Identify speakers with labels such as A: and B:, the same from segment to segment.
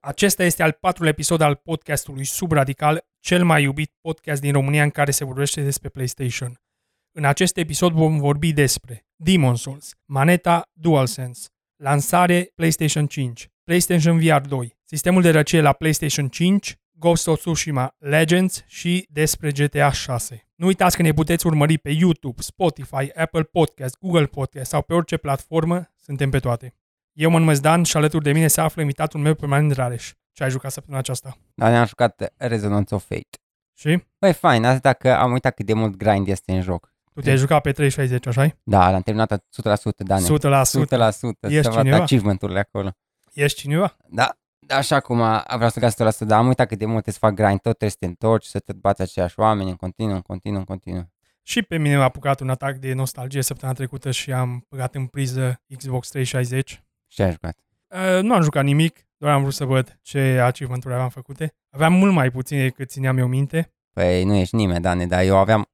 A: Acesta este al patrulea episod al podcastului Subradical, cel mai iubit podcast din România în care se vorbește despre PlayStation. În acest episod vom vorbi despre Demon Souls, maneta DualSense, lansare PlayStation 5, PlayStation VR 2, sistemul de răcire la PlayStation 5, Ghost of Tsushima Legends și despre GTA 6. Nu uitați că ne puteți urmări pe YouTube, Spotify, Apple Podcast, Google Podcast sau pe orice platformă, suntem pe toate. Eu mă numesc Dan și alături de mine se află invitatul meu permanent Rareș. Ce ai jucat săptămâna aceasta?
B: Dar ne-am jucat Resonance of Fate.
A: Și?
B: Păi fain, asta dacă am uitat cât de mult grind este în joc.
A: Tu te-ai jucat pe 360, așa
B: Da, l-am terminat 100%, Dan.
A: 100%.
B: 100%. 100%
A: Ești
B: să văd
A: cineva?
B: achievement-urile acolo.
A: Ești cineva?
B: Da, da, așa cum a, vreau să găsesc 100%, dar am uitat cât de mult să fac grind, tot trebuie să te întorci, să te bați aceiași oameni în continuu, în continuu, în continuu.
A: Și pe mine m-a apucat un atac de nostalgie săptămâna trecută și am băgat în priză Xbox 360.
B: Și ai jucat.
A: Uh, nu am jucat nimic, doar am vrut să văd ce achievement-uri aveam făcute. Aveam mult mai puține decât țineam eu minte.
B: Păi nu ești nimeni, Dan, dar eu aveam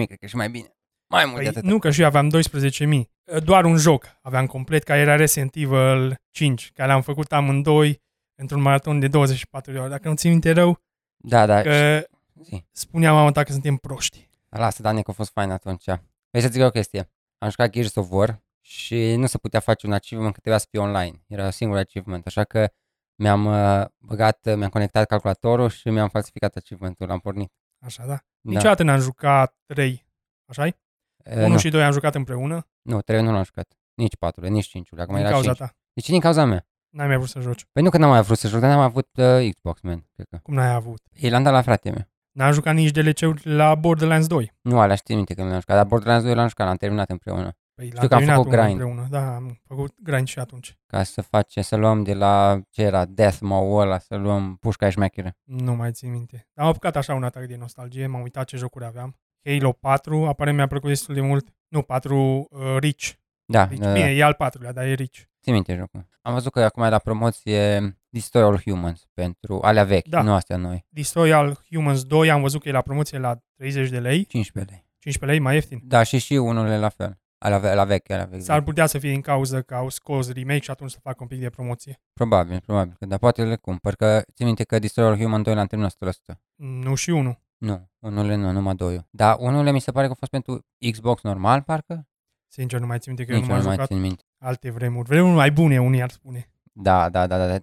B: 14.000, cred că și mai bine. Mai mult de
A: Păi,
B: atât.
A: nu că și eu aveam 12.000. Doar un joc aveam complet, care era Resident Evil 5, care l-am făcut amândoi într-un maraton de 24 de ore. Dacă nu țin minte rău,
B: Da, da, și-
A: că
B: zi.
A: spuneam mama ta că suntem proști.
B: Lasă, Dani, că a fost fain atunci. Vrei să zic o chestie. Am jucat Gears of War și nu se putea face un achievement că trebuia să fie online. Era singurul achievement, așa că mi-am uh, băgat, uh, mi-am conectat calculatorul și mi-am falsificat achievementul, l-am pornit.
A: Așa, da? Niciodată n-am jucat 3, așa e?
B: Da. Uh,
A: 1
B: nu,
A: și 2 am jucat împreună,
B: nu, 3 nu l-am jucat. Nici 4, nici 5 acum
A: din
B: era
A: cauza
B: 5.
A: ta.
B: Deci din cauza mea.
A: N-ai mai vrut să joci.
B: Păi nu că n-am mai vrut să joc, dar n-am avut uh, Xbox, man, cred că.
A: Cum n-ai avut?
B: Ei, l-am dat la frate meu.
A: N-am jucat nici DLC-urile la Borderlands 2.
B: Nu, alea știi minte că nu l-am jucat, dar Borderlands 2 l-am jucat, l-am terminat împreună.
A: Păi l-am
B: Știu că am
A: terminat
B: făcut
A: unul
B: grind.
A: împreună. Da, am făcut grind și atunci.
B: Ca să face, să luăm de la ce era, Death Maul ăla, să luăm pușca și șmecheră.
A: Nu mai țin minte. Am apucat așa un atac de nostalgie, m-am uitat ce jocuri aveam. Halo 4, apare mi-a plăcut destul de mult. Nu, 4 uh, Rich.
B: Da,
A: Deci,
B: da,
A: bine,
B: da.
A: e al patrulea, dar e Rich.
B: Țin minte jocul. Am văzut că acum e la promoție Destroy All Humans pentru alea vechi,
A: Da.
B: da. nu astea noi.
A: Destroy All Humans 2, am văzut că e la promoție la 30 de lei,
B: 15 lei.
A: 15 lei, mai ieftin.
B: Da, și și unul e la fel. Alea, ve- la vechi, alea vechi.
A: S-ar putea să fie din cauza că au scos remake și atunci să fac un pic de promoție.
B: Probabil, probabil. Că, dar poate le cumpăr, că țin minte că Destroy All Humans 2 l-am terminat 100%.
A: Mm, Nu și unul.
B: Nu, unul nu, numai doi. Dar unul mi se pare că a fost pentru Xbox normal, parcă?
A: Sincer, nu mai țin minte că eu
B: Nici nu
A: nu m-am
B: mai
A: jucat
B: țin minte.
A: alte vremuri. Vremuri mai bune, unii ar spune.
B: Da, da, da, da. da.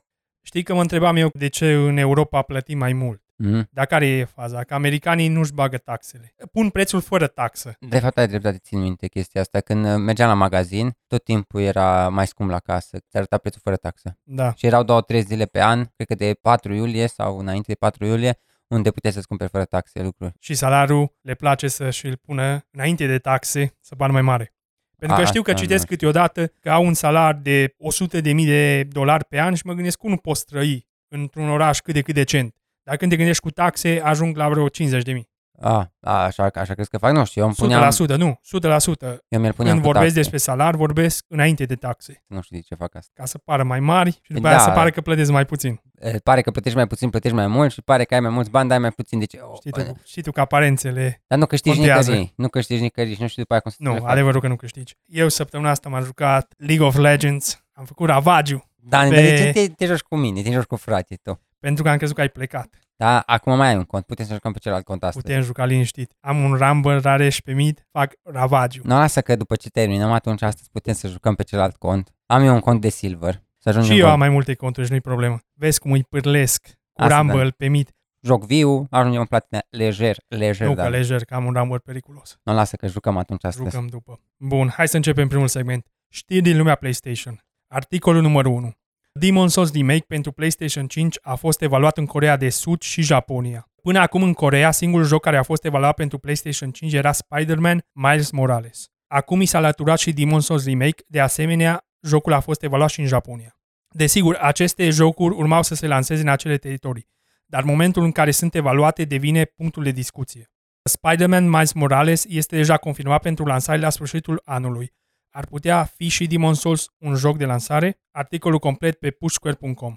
A: Știi că mă întrebam eu de ce în Europa plătim mai mult.
B: Mm.
A: Dar care e faza? Că americanii nu-și bagă taxele. Pun prețul fără taxă.
B: De fapt, ai dreptate, țin minte chestia asta. Când uh, mergeam la magazin, tot timpul era mai scump la casă. Ți arăta prețul fără taxă.
A: Da.
B: și erau două, trei zile pe an, cred că de 4 iulie sau înainte de 4 iulie, unde puteai să-ți cumperi fără taxe lucruri.
A: Și salariul le place să și-l pună înainte de taxe, să pară mai mare. Pentru că
B: A,
A: știu că
B: asta nu
A: citesc
B: știu.
A: câteodată că au un salar de 100.000 de dolari pe an și mă gândesc cum nu poți trăi într-un oraș cât de cât decent. Dar când te gândești cu taxe, ajung la vreo 50.000. 100%,
B: A, a așa, așa crezi că fac? Nu știu, eu îmi puneam,
A: nu, 100%.
B: eu mi-l puneam
A: Când
B: cu
A: vorbesc
B: taxe.
A: despre salar, vorbesc înainte de taxe,
B: Nu știu de ce fac asta.
A: ca să pară mai mari și după da. aia
B: Da.
A: să pară că plătesc mai puțin.
B: E, Pare că plătești mai puțin, plătești mai mult și pare că ai mai mulți bani, dar ai mai puțin. Deci, oh,
A: Știi tu, știi tu că aparențele...
B: dar nu câștigi
A: contează.
B: nicăieri. Nu câștigi nicăieri și nu știu după aia cum să
A: Nu,
B: le faci.
A: adevărul că nu câștigi. Eu săptămâna asta m-am jucat League of Legends, am făcut ravagiu,
B: Dan, dar de
A: pe-
B: ce te, te, joci cu mine? Te joci cu fratele tău.
A: pentru că am crezut că ai plecat.
B: Da, acum mai ai un cont, putem să jucăm pe celălalt cont astăzi.
A: Putem juca liniștit. Am un Rumble rare și pe mid, fac ravagiu.
B: Nu, lasă că după ce terminăm, atunci astăzi putem să jucăm pe celălalt cont. Am eu un cont de silver. Să ajungem
A: Și eu
B: la-
A: am mai multe conturi și nu-i problemă. Vezi cum îi pârlesc cu
B: Asta, da.
A: Rumble pe mid.
B: joc viu, ajungem în platina lejer, lejer,
A: Nu
B: da.
A: că lejer, că am un Rumble periculos.
B: nu lasă că jucăm atunci astăzi.
A: Jucăm după. Bun, hai să începem primul segment. Știri din lumea PlayStation. Articolul numărul 1. Demon Souls Remake pentru PlayStation 5 a fost evaluat în Corea de Sud și Japonia. Până acum în Corea, singurul joc care a fost evaluat pentru PlayStation 5 era Spider-Man Miles Morales. Acum i s-a alăturat și Demon Souls Remake, de asemenea, jocul a fost evaluat și în Japonia. Desigur, aceste jocuri urmau să se lanseze în acele teritorii, dar momentul în care sunt evaluate devine punctul de discuție. Spider-Man Miles Morales este deja confirmat pentru lansare la sfârșitul anului. Ar putea fi și Demon Souls un joc de lansare? Articolul complet pe pushsquare.com.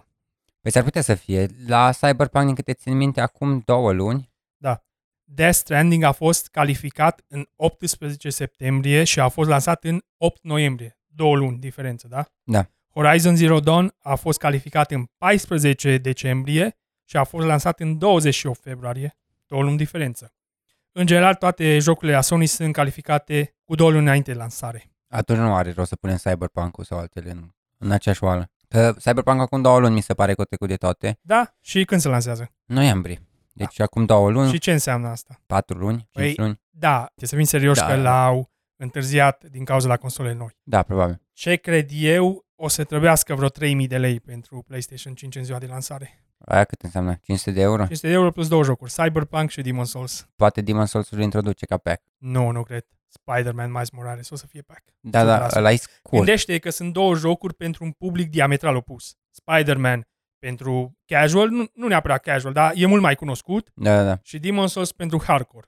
B: Păi s-ar putea să fie. La Cyberpunk, din câte țin minte, acum două luni,
A: Death Stranding a fost calificat în 18 septembrie și a fost lansat în 8 noiembrie. Două luni diferență, da?
B: Da.
A: Horizon Zero Dawn a fost calificat în 14 decembrie și a fost lansat în 28 februarie, două luni diferență. În general, toate jocurile la Sony sunt calificate cu două luni înainte de lansare.
B: Atunci nu are rost să punem Cyberpunk-ul sau altele în, în aceeași oală. Că Cyberpunk acum două luni mi se pare că a trecut de toate.
A: Da? Și când se lansează?
B: Noiembrie. Deci acum două luni,
A: Da. Și ce înseamnă asta?
B: patru luni, cinci
A: Păi-
B: luni.
A: Da, trebuie să fim serioși
B: Da.
A: că l-au întârziat din cauza la console noi.
B: Da, probabil.
A: Ce cred eu, o să trebuiască vreo 3000 de lei pentru PlayStation 5 în ziua de lansare.
B: Aia cât înseamnă? 500 de euro?
A: 500 de euro plus două jocuri, Cyberpunk și Demon's Souls.
B: Poate Demon's Souls-ul introduce ca pack.
A: Nu, nu cred. Spider-Man Miles Morales o să fie pack.
B: Da, da,
A: 100%.
B: ăla e scurt.
A: Gândește că sunt două jocuri pentru un public diametral opus. Spider-Man pentru casual, nu, nu neapărat casual, dar e mult mai cunoscut,
B: Da, da, da.
A: și Demon's Souls pentru hardcore.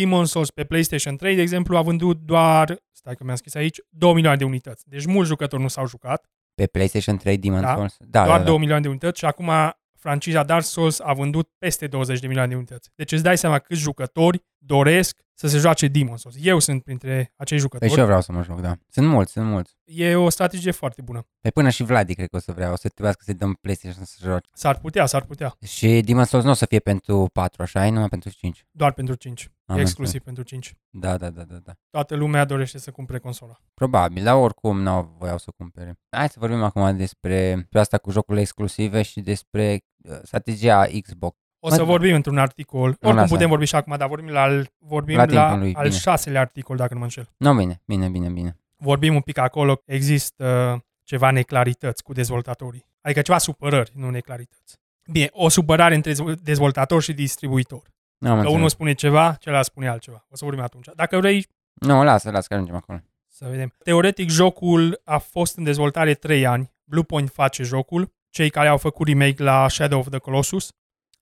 A: Demon's Souls pe PlayStation 3, de exemplu, a vândut doar, stai că mi-am scris aici, 2 milioane de unități. Deci mulți jucători nu s-au jucat,
B: Pe PlayStation 3 Demon's
A: Da.
B: Souls? Da,
A: doar
B: da,
A: 2
B: da.
A: milioane de unități și acum franciza Dark Souls a vândut peste 20 de milioane de unități. Deci îți dai seama câți jucători doresc să se joace Demon's Souls. Eu sunt printre acei
B: Păi
A: jucători.
B: și eu vreau să mă joc, da. Sunt mulți, sunt mulți.
A: E o strategie foarte bună.
B: Păi până și Vladi cred că o să vrea, o să trebuiască să-i dăm PlayStation să joci.
A: S-ar putea, s-ar putea.
B: Și Demon's Souls nu o să fie pentru 4, așa e, numai pentru 5.
A: Doar pentru 5.
B: Am
A: exclusiv pentru 5.
B: înțeles. Da, da, da, da, da.
A: Toată lumea dorește să cumpere consola.
B: Probabil, dar oricum n-au voiau să cumpere. Hai să vorbim acum despre, despre asta cu jocurile exclusive și despre uh, strategia Xbox.
A: O să
B: Mă-
A: vorbim într-un articol. Oricum
B: lasă.
A: putem vorbi și acum, dar vorbim la, al- vorbim
B: La
A: la,
B: timpul
A: la
B: lui,
A: al
B: bine.
A: șaselea articol, dacă nu mă înșel.
B: Nu, no, bine, bine, bine, bine.
A: Vorbim un pic acolo, există ceva neclarități cu dezvoltatorii. Adică ceva supărări, nu neclarități. Bine, o supărare între dezvol- dezvoltator și distribuitor.
B: Nu, am
A: Că unul
B: înțeles.
A: spune ceva, celălalt spune altceva. O să vorbim atunci. Dacă vrei,
B: Nu, lasă, lasă, că ajungem acolo.
A: Să vedem. Teoretic, jocul a fost în dezvoltare 3 ani. Bluepoint face jocul. Cei care au făcut remake la Shadow of the Colossus,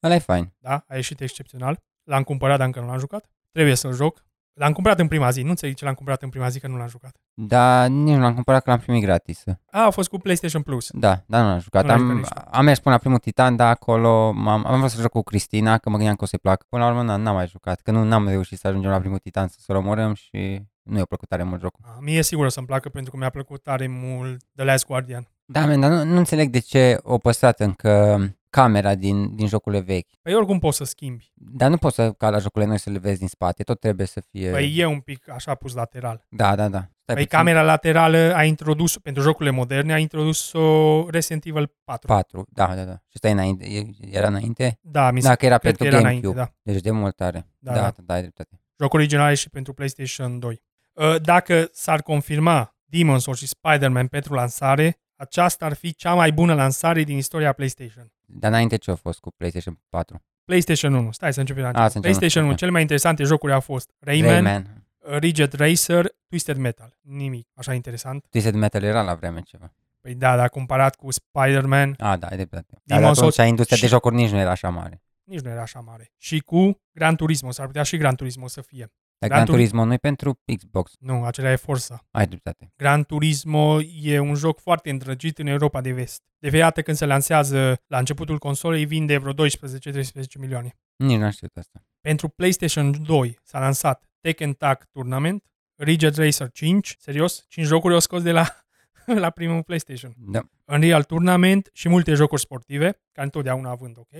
B: Ăla e fain.
A: da, a ieșit excepțional. L-am cumpărat, dar încă nu l-am jucat. Trebuie să-l joc. L-am cumpărat în prima zi. Nu înțeleg ce l-am cumpărat în prima zi că nu l-am jucat.
B: Dar nici nu l-am cumpărat că l-am primit gratis.
A: A, a fost cu PlayStation Plus.
B: Da, dar nu l-am jucat.
A: Nu l-ai jucat
B: Am,
A: nici
B: am mers până la primul Titan, dar acolo m-am, am vrut să joc cu Cristina, că mă gândeam că o să-i placă. Până la urmă n- n-am mai jucat, că nu am reușit să ajungem la primul Titan să-l omorăm și nu i-a plăcut tare mult jocul.
A: A, mie sigur o să-mi placă pentru că mi-a plăcut tare mult The Last Guardian.
B: Da, men, dar nu, nu înțeleg de ce o păsat încă camera din, din jocurile vechi.
A: Păi oricum poți să schimbi.
B: Dar nu poți să, ca la jocurile noi să le vezi din spate, tot trebuie să fie...
A: Păi e un pic așa pus lateral.
B: Da, da, da.
A: Păi
B: Stai puțin.
A: camera laterală a introdus, pentru jocurile moderne, a introdus-o Resident Evil 4.
B: 4, da, da, da. Și stai înainte, e- era înainte?
A: Da, mi se
B: Da, că era
A: cred că
B: pentru
A: era
B: GameCube.
A: înainte, da.
B: Deci de mult tare.
A: Da,
B: Da,
A: da.
B: da, da, ai dreptate.
A: joc original și pentru PlayStation 2. Uh, Dacă s-ar confirma Demon's Souls și Spider-Man pentru lansare, aceasta ar fi cea mai bună lansare din istoria PlayStation.
B: Dar înainte ce a fost cu PlayStation 4?
A: PlayStation 1, stai să începem la
B: să
A: început.
B: începem.
A: PlayStation 1,
B: Ok.
A: cele mai interesante jocuri au fost Rayman, Rayman.
B: Rayman.
A: Rigid Racer, Twisted Metal. Nimic așa interesant.
B: Twisted Metal era la vreme ceva.
A: Păi da, dar comparat cu Spider-man,
B: A, da, ai dreptate.
A: Demon's
B: Dar atunci
A: Souls
B: industria de
A: și-
B: jocuri nici nu era așa mare.
A: nici nu era așa mare. Și cu Gran Turismo, s-ar putea și Gran Turismo să fie.
B: Dar
A: Gran
B: Gran
A: Tur-
B: Turismo nu e pentru Xbox.
A: Nu, acela e Forza.
B: Ai dreptate.
A: Gran Turismo e un joc foarte îndrăgit în Europa de vest. De fiecare dată când se lansează la începutul consolei, vinde vreo 12-13 milioane.
B: Nici nu am știut asta.
A: Pentru PlayStation 2 s-a lansat Tekken Tag Tournament, Ridge Racer 5, serios, 5 jocuri au scos de la, la primul PlayStation.
B: Da.
A: Unreal Tournament și multe jocuri sportive, care întotdeauna având, ok?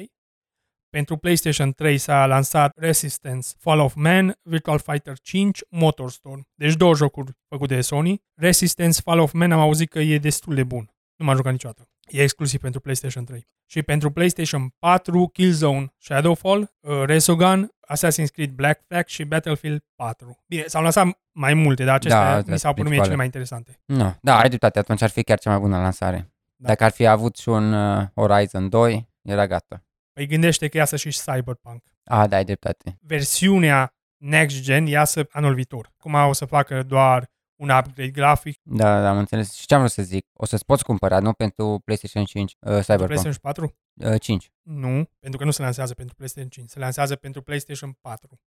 A: Pentru PlayStation 3 s-a lansat Resistance, Fall of Man, Virtual Fighter 5, Motorstorm. Deci două jocuri făcute de Sony. Resistance, Fall of Man am auzit că e destul de bun. Nu m-am jucat niciodată. E exclusiv pentru PlayStation 3. Și pentru PlayStation 4, Killzone, Shadowfall, uh, Resogun, Assassin's Creed Black Flag și Battlefield 4. Bine, s-au lansat mai multe, dar acestea
B: da,
A: mi s-au părut mie
B: principale.
A: cele mai interesante.
B: Nu. Da, ai dreptate. Atunci ar fi chiar cea mai bună lansare.
A: Da.
B: Dacă ar fi avut și un uh, Horizon 2, era gata.
A: Păi gândește că iasă și Cyberpunk.
B: A, da, ai dreptate.
A: versiunea next gen iasă anul viitor. Acum o să facă doar un upgrade grafic
B: Da, da, am înțeles. Și ce am vrut să zic? O să-ți poți cumpăra, nu pentru PlayStation 5, uh,
A: pentru
B: Cyberpunk.
A: PlayStation 4?
B: Uh, 5.
A: Nu, pentru că nu se lansează pentru PlayStation 5, se lansează pentru PlayStation 4.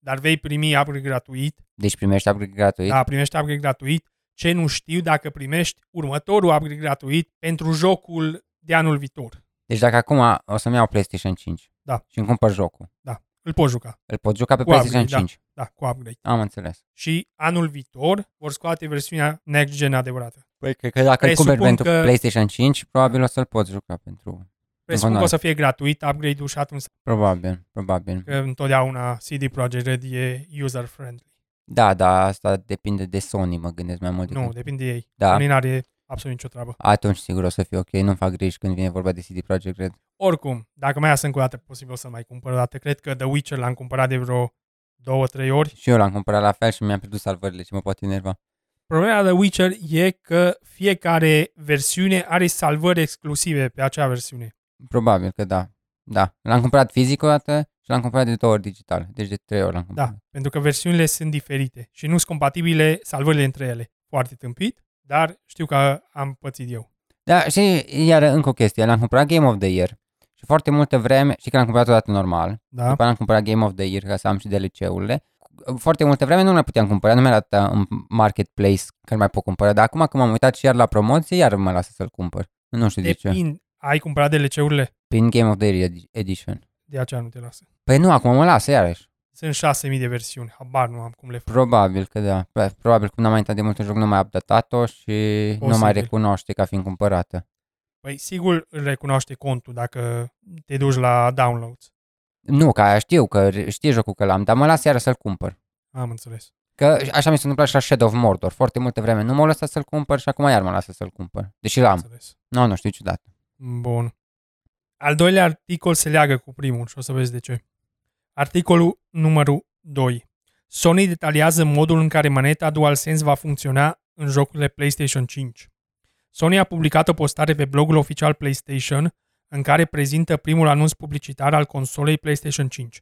A: Dar vei primi upgrade gratuit,
B: Deci primești upgrade gratuit.
A: da, primești upgrade gratuit. Ce nu știu dacă primești următorul upgrade gratuit pentru jocul de anul viitor.
B: Deci dacă acum o să-mi iau PlayStation 5
A: Da.
B: și îmi cumpăr jocul,
A: Da. Îl poți juca.
B: Îl pot juca pe
A: Cu
B: PlayStation
A: upgrade,
B: 5.
A: Da, cu upgrade.
B: Am înțeles.
A: Și anul viitor vor scoate versiunea next gen adevărată.
B: Păi cred că dacă îl
A: Presupun
B: cumperi pentru
A: că-
B: PlayStation 5, probabil o să-l poți juca pentru...
A: Presupun că o
B: Bună.
A: să fie gratuit upgrade-ul și atunci
B: Probabil, probabil.
A: că întotdeauna CD Projekt Red e user-friendly.
B: Da, da, asta depinde de Sony, mă gândesc mai mult.
A: Nu,
B: decât-
A: depinde de ei.
B: Da.
A: Nu are absolut nicio treabă.
B: Atunci sigur o să fie ok, nu-mi fac griji când vine vorba de CD Projekt Red.
A: Oricum, dacă mai iasă încă o dată, posibil o să mai cumpăr o dată. Cred că The Witcher l-am cumpărat de vreo două, trei ori.
B: Și eu l-am cumpărat la fel și mi-am pierdut salvările ce mă poate enerva.
A: Problema The Witcher e că fiecare versiune are salvări exclusive pe acea versiune.
B: Probabil că da. Da. L-am cumpărat fizic o dată și l-am cumpărat de două ori digital. Deci de trei ori l-am
A: Da,
B: cumpărat.
A: mm. pentru că versiunile sunt diferite și nu sunt compatibile salvările între ele. Foarte tâmpit, dar știu că am pățit eu.
B: Da, și iar încă o chestie. L-am cumpărat Game of the Year și foarte multă vreme, și că l-am cumpărat odată normal,
A: Da?
B: după aia am cumpărat Game of the Year ca să am și DLC-urile. Foarte multă vreme nu le puteam cumpăra, nu mi arată în marketplace că îl mai pot cumpăra, dar acum că m-am uitat și iar la promoție, iar mă lasă să-l cumpăr. Nu știu de ce.
A: Depind, ai cumpărat DLC-urile?
B: Prin Game of the Year edi- Edition.
A: De aceea nu te lasă.
B: Păi nu, acum mă lasă iarăși.
A: Sunt 6.000 de versiuni, habar nu am cum le fac.
B: Probabil că da. Pro- Probabil cum n-am mai intrat de mult în joc, nu mai updatat-o și Posibil. nu mai
A: Posibil.
B: recunoaște ca fiind cumpărată.
A: Păi sigur îl recunoaște contul dacă te duci la downloads.
B: Nu, că aia știu, că re- știe jocul că l-am, dar mă las iară să-l cumpăr.
A: Am înțeles.
B: Că așa mi s-a întâmplat și la Shadow of Mordor. Foarte multă vreme nu m-au lăsat să-l cumpăr și acum iar mă lasă să-l cumpăr. Deși
A: Am.
B: l-am.
A: înțeles.
B: Nu, nu știu ciudat.
A: Bun. Al doilea articol se leagă cu primul și o să vezi de ce. Articolul numărul 2. Sony detaliază modul în care maneta DualSense va funcționa în jocurile PlayStation 5. Sony a publicat o postare pe blogul oficial PlayStation în care prezintă primul anunț publicitar al consolei PlayStation 5.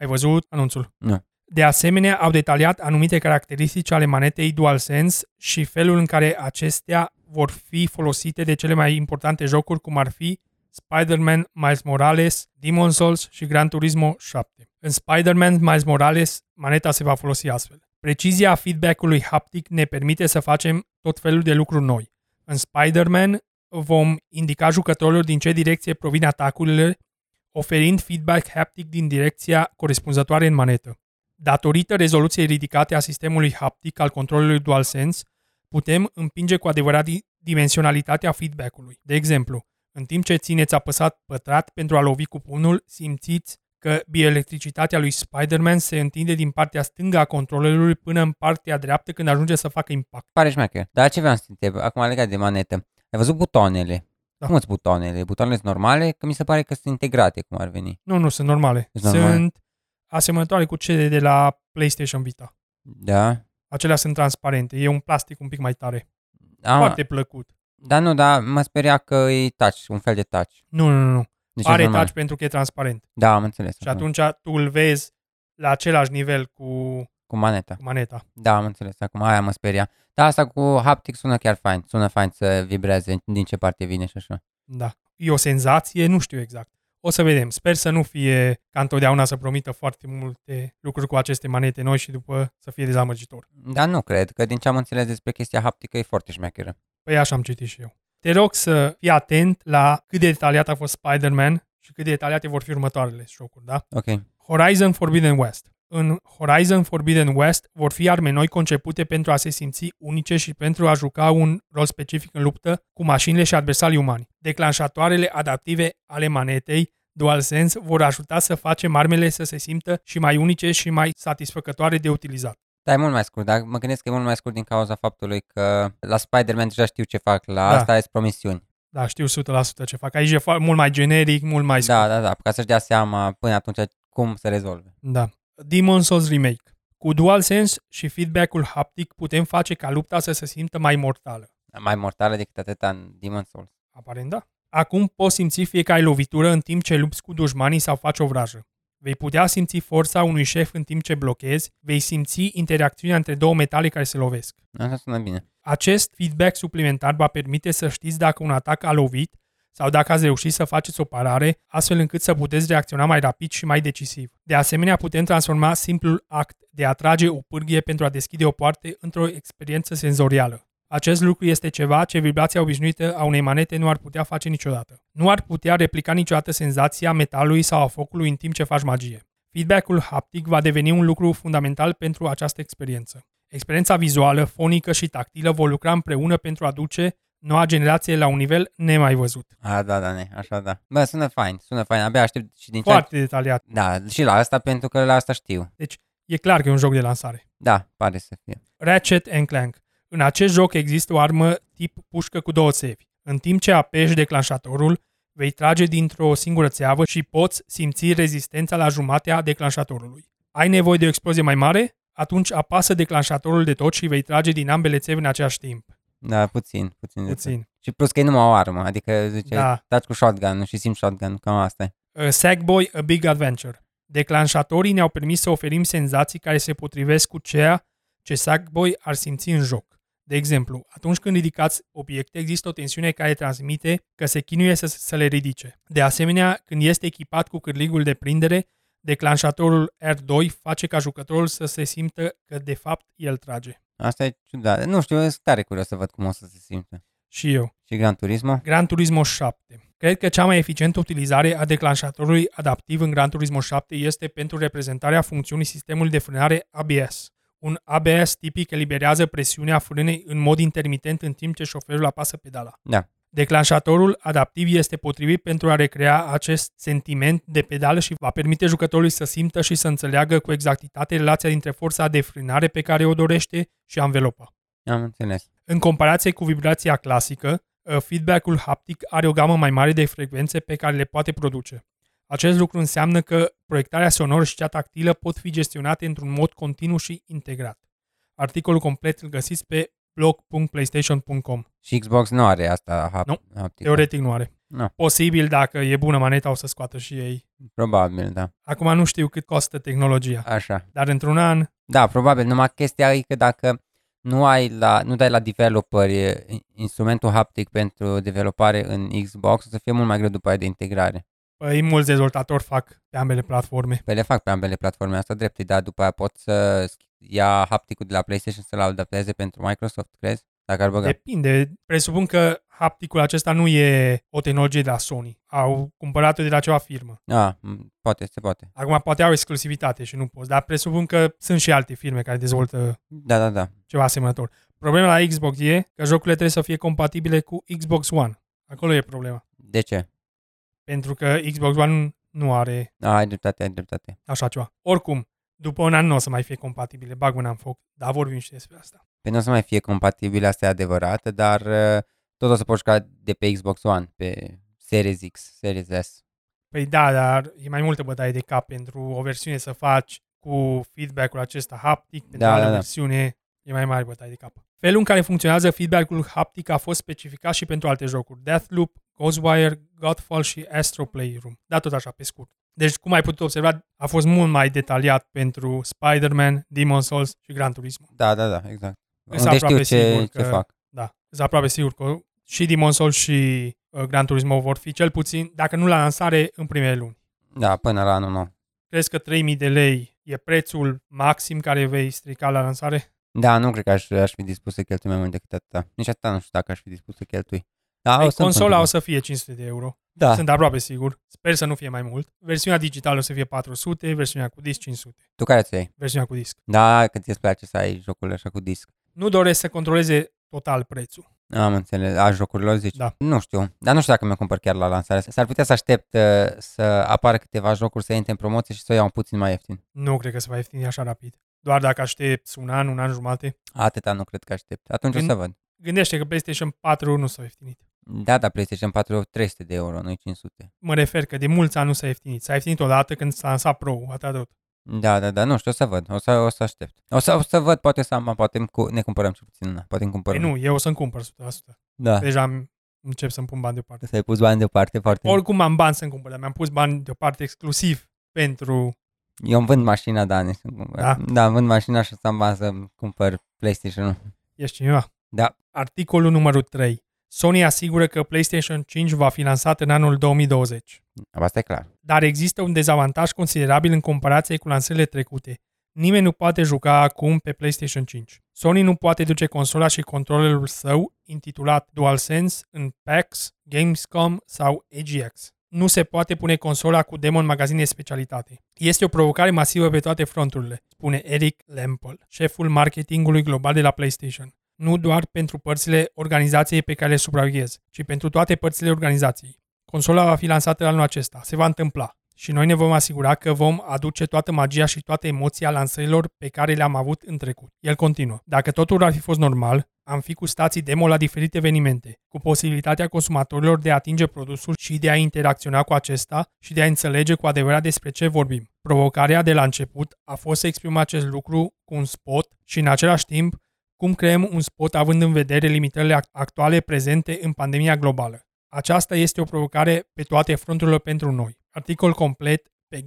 A: Ai văzut anunțul?
B: Nu.
A: De asemenea, au detaliat anumite caracteristici ale manetei DualSense și felul în care acestea vor fi folosite de cele mai importante jocuri, cum ar fi Spider-Man, Miles Morales, Demon Souls și Gran Turismo 7. În Spider-Man, Miles Morales, maneta se va folosi astfel. Precizia feedback-ului haptic ne permite să facem tot felul de lucruri noi. În Spider-Man vom indica jucătorilor din ce direcție provin atacurile, oferind feedback haptic din direcția corespunzătoare în manetă. Datorită rezoluției ridicate a sistemului haptic al controlului DualSense, putem împinge cu adevărat di- dimensionalitatea feedback-ului. De exemplu, în timp ce țineți apăsat pătrat pentru a lovi cu pumnul, simțiți că bioelectricitatea lui Spider-Man se întinde din partea stângă a controlului până în partea dreaptă când ajunge să facă impact.
B: Pare șmecher. Dar ce vreau să te întreb? Acum legat de manetă. Ai văzut butoanele?
A: Da.
B: Da. Cum sunt butoanele? Butoanele sunt normale? Că mi se pare că sunt integrate, cum ar veni.
A: Nu, nu, sunt normale.
B: Sunt
A: sunt
B: normale.
A: asemănătoare cu cele de la PlayStation Vita.
B: Da?
A: Acelea sunt transparente. E un plastic un pic mai tare.
B: Ah. Am,
A: Foarte plăcut.
B: Da, nu, dar mă speria că e touch, un fel de touch.
A: Nu, nu, nu.
B: Deci
A: Are
B: sunt normale.
A: touch pentru că e transparent.
B: Da, am înțeles.
A: Și atunci tu îl vezi la același nivel cu
B: Cu maneta.
A: cu maneta.
B: Da, am înțeles. Acum aia mă speria. Dar asta cu haptic sună chiar fain. Sună fain să vibreze din ce parte vine și așa.
A: Da. E o senzație, nu știu exact. O să vedem. Sper să nu fie ca întotdeauna să promită foarte multe lucruri cu aceste manete noi și după să fie dezamăgitor.
B: Dar nu cred, că din ce am înțeles despre chestia haptică e foarte șmecheră.
A: Păi așa am citit și eu. Te rog să fii atent la cât de detaliat a fost Spider-Man și cât de detaliate vor fi următoarele jocuri, da?
B: Ok.
A: Horizon Forbidden West. În Horizon Forbidden West vor fi arme noi concepute pentru a se simți unice și pentru a juca un rol specific în luptă cu mașinile și adversarii umani. Declanșatoarele adaptive ale manetei DualSense vor ajuta să facem armele să se simtă și mai unice și mai satisfăcătoare de utilizat.
B: Dar e mult mai scurt, dar mă gândesc că e mult mai scurt din cauza faptului că la Spider-Man deja știu ce fac, la
A: Da.
B: da. asta e promisiuni.
A: Da, știu 100% ce fac. Aici e fo- mult mai generic, mult mai
B: Da, da, da, ca să-și dea seama până atunci cum se rezolve.
A: Da. Demon Souls Remake. Cu DualSense și feedback-ul haptic putem face ca lupta să se simtă mai mortală.
B: Mai mortală decât atâta în Demon's Souls.
A: Aparent da. Acum poți simți fiecare lovitură în timp ce lupți cu dușmanii sau faci o vrajă. Vei putea simți forța unui șef în timp ce blochezi, vei simți interacțiunea între două metale care se lovesc.
B: Așa sună bine.
A: Acest feedback suplimentar va permite să știți dacă un atac a lovit sau dacă ați reușit să faceți o parare, astfel încât să puteți reacționa mai rapid și mai decisiv. De asemenea, putem transforma simplul act de a trage o pârghie pentru a deschide o poartă într-o experiență senzorială. Acest lucru este ceva ce vibrația obișnuită a unei manete nu ar putea face niciodată. Nu ar putea replica niciodată senzația metalului sau a focului în timp ce faci magie. Feedback-ul haptic va deveni un lucru fundamental pentru această experiență. Experiența vizuală, fonică și tactilă vor lucra împreună pentru a duce noua generație la un nivel nemai văzut.
B: A, da, da, ne, așa da. Bă, sună fain, sună fain, abia aștept și din ce...
A: Foarte detaliat.
B: Da, și la asta pentru că la asta știu.
A: E clar că e un joc de lansare.
B: Da, pare să fie.
A: Ratchet and Clank. În acest joc există o armă tip pușcă cu două țevi. În timp ce apeși declanșatorul, vei trage dintr-o singură țeavă și poți simți rezistența la jumatea declanșatorului. Ai nevoie de o explozie mai mare? Atunci apasă declanșatorul de tot și vei trage din ambele țevi în același timp.
B: Da, puțin, puțin. de tot.
A: Puțin.
B: Și plus că e numai o armă, adică zice, da.
A: Da.
B: taci cu shotgun și simți shotgun, cam asta e.
A: A Uh, Sackboy A Big Adventure. Declanșatorii ne-au permis să oferim senzații care se potrivesc cu ceea ce Sackboy ar simți în joc. De exemplu, atunci când ridicați obiecte, există o tensiune care transmite că se chinuie să, să le ridice. De asemenea, când este echipat cu cârligul de prindere, declanșatorul R2 face ca jucătorul să se simtă că de fapt el trage.
B: Asta e ciudat. Nu știu, sunt tare curios să văd cum o să se simte.
A: Și eu.
B: Și Gran Turismo?
A: Gran Turismo 7. Cred că cea mai eficientă utilizare a declanșatorului adaptiv în Gran Turismo 7 este pentru reprezentarea funcțiunii sistemului de frânare ABS. Un ABS tipic eliberează presiunea frânei în mod intermitent în timp ce șoferul apasă pedala.
B: Da.
A: Declanșatorul adaptiv este potrivit pentru a recrea acest sentiment de pedală și va permite jucătorului să simtă și să înțeleagă cu exactitate relația dintre forța de frânare pe care o dorește și anvelopa.
B: Am înțeles.
A: În comparație cu vibrația clasică, uh, feedback-ul haptic are o gamă mai mare de frecvențe pe care le poate produce. Acest lucru înseamnă că proiectarea sonoră și cea tactilă pot fi gestionate într-un mod continuu și integrat. Articolul complet îl găsiți pe blog.playstation.com.
B: Și Xbox nu are asta hap-
A: Nu.
B: haptică.
A: Teoretic nu are.
B: Nu.
A: Posibil dacă e bună maneta o să scoată și ei.
B: Probabil, da.
A: Acum nu știu cât costă tehnologia,
B: Așa.
A: dar într-un an
B: Da, probabil. Numai chestia e că dacă nu, ai la, nu dai la developer e, instrumentul haptic pentru developare în Xbox, o să fie mult mai greu după aia de integrare.
A: păi, mulți dezvoltatori fac pe ambele platforme.
B: Pe le fac pe ambele platforme, asta drept, dar după aia pot să sch- ia hapticul de la PlayStation să-l adapteze pentru Microsoft, crezi? Dacă ar băga.
A: Depinde. Presupun că hapticul acesta nu e o tehnologie de la Sony. Au cumpărat-o de la ceva firmă.
B: Da, m- poate, se poate.
A: Acum poate au exclusivitate și nu poți, dar presupun că sunt și alte firme care dezvoltă
B: Da, da, da.
A: ceva asemănător. Problema la Xbox e că jocurile trebuie să fie compatibile cu Xbox One. Acolo e problema.
B: De ce?
A: Pentru că Xbox One nu are
B: Da, ai dreptate, ai dreptate.
A: așa ceva. Oricum, după un an nu o să mai fie compatibile. Bag mâna în foc, dar vorbim și despre asta.
B: Pe nu o Păi să mai fie compatibil, asta e adevărat, dar uh, tot o să poți juca de pe Xbox One, pe Series X, Series S.
A: Păi da, dar e mai multă bătaie de cap pentru o versiune să faci cu feedback-ul acesta haptic, pentru
B: Da,
A: da, altă
B: da,
A: da,
B: da.
A: versiune e mai mare bătaie de cap. Felul în care funcționează feedback-ul haptic a fost specificat și pentru alte jocuri, Deathloop, Ghostwire, Godfall și Astro Playroom, da tot așa pe scurt. Deci, cum ai putut observa, a fost mult mai detaliat pentru Spider-Man, Demon Souls și Gran Turismo.
B: Da, da, da, exact.
A: Îs
B: Unde știu
A: aproape
B: ce,
A: sigur
B: ce
A: că-
B: fac.
A: Da, sunt aproape sigur că și Demon Souls și uh, Gran Turismo vor fi cel puțin, dacă nu la lansare, în primele luni.
B: Da, până la anul nou.
A: Crezi că 3000 de lei e prețul maxim care vei strica la lansare?
B: Da, nu cred că aș, aș fi dispus să cheltui mai mult decât atâta. Nici atâta nu știu dacă aș fi dispus să cheltui. Da,
A: Ei,
B: o să
A: Păi, consola o să fie 500 de euro.
B: Da,
A: Ah. Sunt aproape sigur. Sper să nu fie mai mult. Versiunea digitală o să fie 400, versiunea cu disc 500,
B: tu care ți ai?
A: versiunea cu disc.
B: Da, că ți-ți place să ai jocul așa cu disc.
A: Nu doresc să controleze total prețul.
B: Am înțeles, a jocurilor zici?
A: Da.
B: Nu știu, dar nu știu dacă mi-o cumpăr chiar la lansare. S-ar putea să aștept uh, să apară câteva jocuri, să intre în promoție și să o iau puțin mai ieftin.
A: Nu cred că se va ieftini așa rapid. Doar dacă aștepți un an, un an jumate.
B: Atâta nu cred că aștept. Atunci
A: În-
B: o să văd.
A: Gândește că PlayStation 4 nu s-a ieftinit.
B: Da, da, PlayStation 4 300 de euro, nu 500.
A: Mă refer că de mulți ani nu s-a ieftinit. S-a ieftinit odată când s-a lansat Pro, atât de tot.
B: Da, da, da, nu știu, o să văd, o să, o să aștept. O să, o să văd, poate să am, poate îmi cu, ne cumpărăm cel puțin una, poate îmi
A: Păi
B: cumpărăm.
A: nu, eu o să-mi cumpăr 100%.
B: Da,
A: Deja am- încep să-mi pun bani deoparte.
B: să-i pus bani deoparte foarte... Or...
A: Oricum am bani să-mi cumpăr, dar mi-am pus bani deoparte exclusiv pentru...
B: Eu îmi vând mașina, Dani, să cumpăr.
A: Da.
B: da, îmi vând mașina și o să am bani să cumpăr PlayStation-ul.
A: Ești cineva?
B: Da.
A: Articolul numărul 3. Sony asigură că PlayStation 5 va fi lansat în anul 2020.
B: Asta e clar.
A: Dar există un dezavantaj considerabil în comparație cu lansările trecute. Nimeni nu poate juca acum pe PlayStation 5. Sony nu poate duce consola și controlerul său, intitulat DualSense, în PAX, Gamescom sau AGX. nu se poate pune consola cu demo în magazine de specialitate. Este o provocare masivă pe toate fronturile, spune Eric Lempel, șeful marketingului global de la PlayStation. Nu doar pentru părțile organizației pe care le supraveghez, ci pentru toate părțile organizației. Consola va fi lansată anul acesta, se va întâmpla. Și noi ne vom asigura că vom aduce toată magia și toată emoția lansărilor pe care le-am avut în trecut. El continuă. Dacă totul ar fi fost normal, am fi cu stații demo la diferite evenimente, cu posibilitatea consumatorilor de a atinge produsul și de a interacționa cu acesta și de a înțelege cu adevărat despre ce vorbim. Provocarea de la început a fost să exprim acest lucru cu un spot și în același timp cum creăm un spot având în vedere limitările act- actuale prezente în pandemia globală. Aceasta este o provocare pe toate fronturile pentru noi. Articol complet pe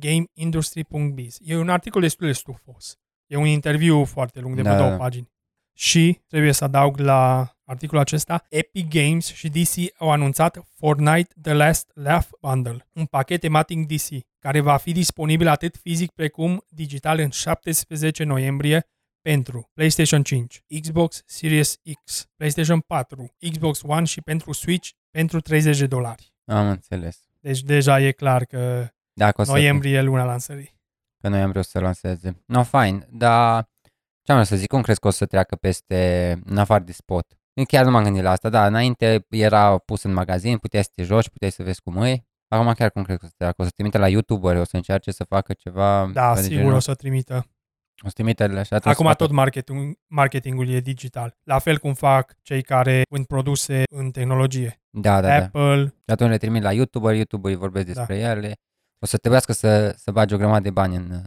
A: gameindustry.biz. E un articol destul de stufos. E un interviu foarte lung, de da.
B: Da.
A: două pagini. Și trebuie să adaug la articolul acesta, Epic Games și DC au anunțat Fortnite The Last Laugh Bundle, un pachet tematic DC, care va fi disponibil atât fizic precum digital în 17 noiembrie pentru PlayStation 5, Xbox Series X, PlayStation 4, Xbox One și pentru Switch pentru 30 de dolari.
B: Am înțeles.
A: Deci deja e clar că
B: Dacă o să
A: noiembrie e luna lansării.
B: Că noiembrie o să lanseze. No, fine, dar ce am vrut să zic, cum crezi că o să treacă peste, în afară de spot? Chiar nu m-am gândit la asta, da, înainte era pus în magazin, puteai să te joci, puteai să vezi cum e. Acum chiar cum crezi că o să treacă? O să trimite la YouTuber, o să încearce să facă ceva.
A: Da,
B: de
A: sigur
B: genul?
A: o să trimită.
B: O să trimite la așa. trebuie
A: Acum
B: să
A: tot
B: facă-
A: marketing, marketingul e digital. La fel cum fac cei care vând produse în tehnologie.
B: Da, da, da.
A: Apple,
B: Și atunci le trimit la YouTuber, YouTuber îi vorbesc
A: Da.
B: despre ele. O să trebuiască să, să bagi o grămadă de bani în,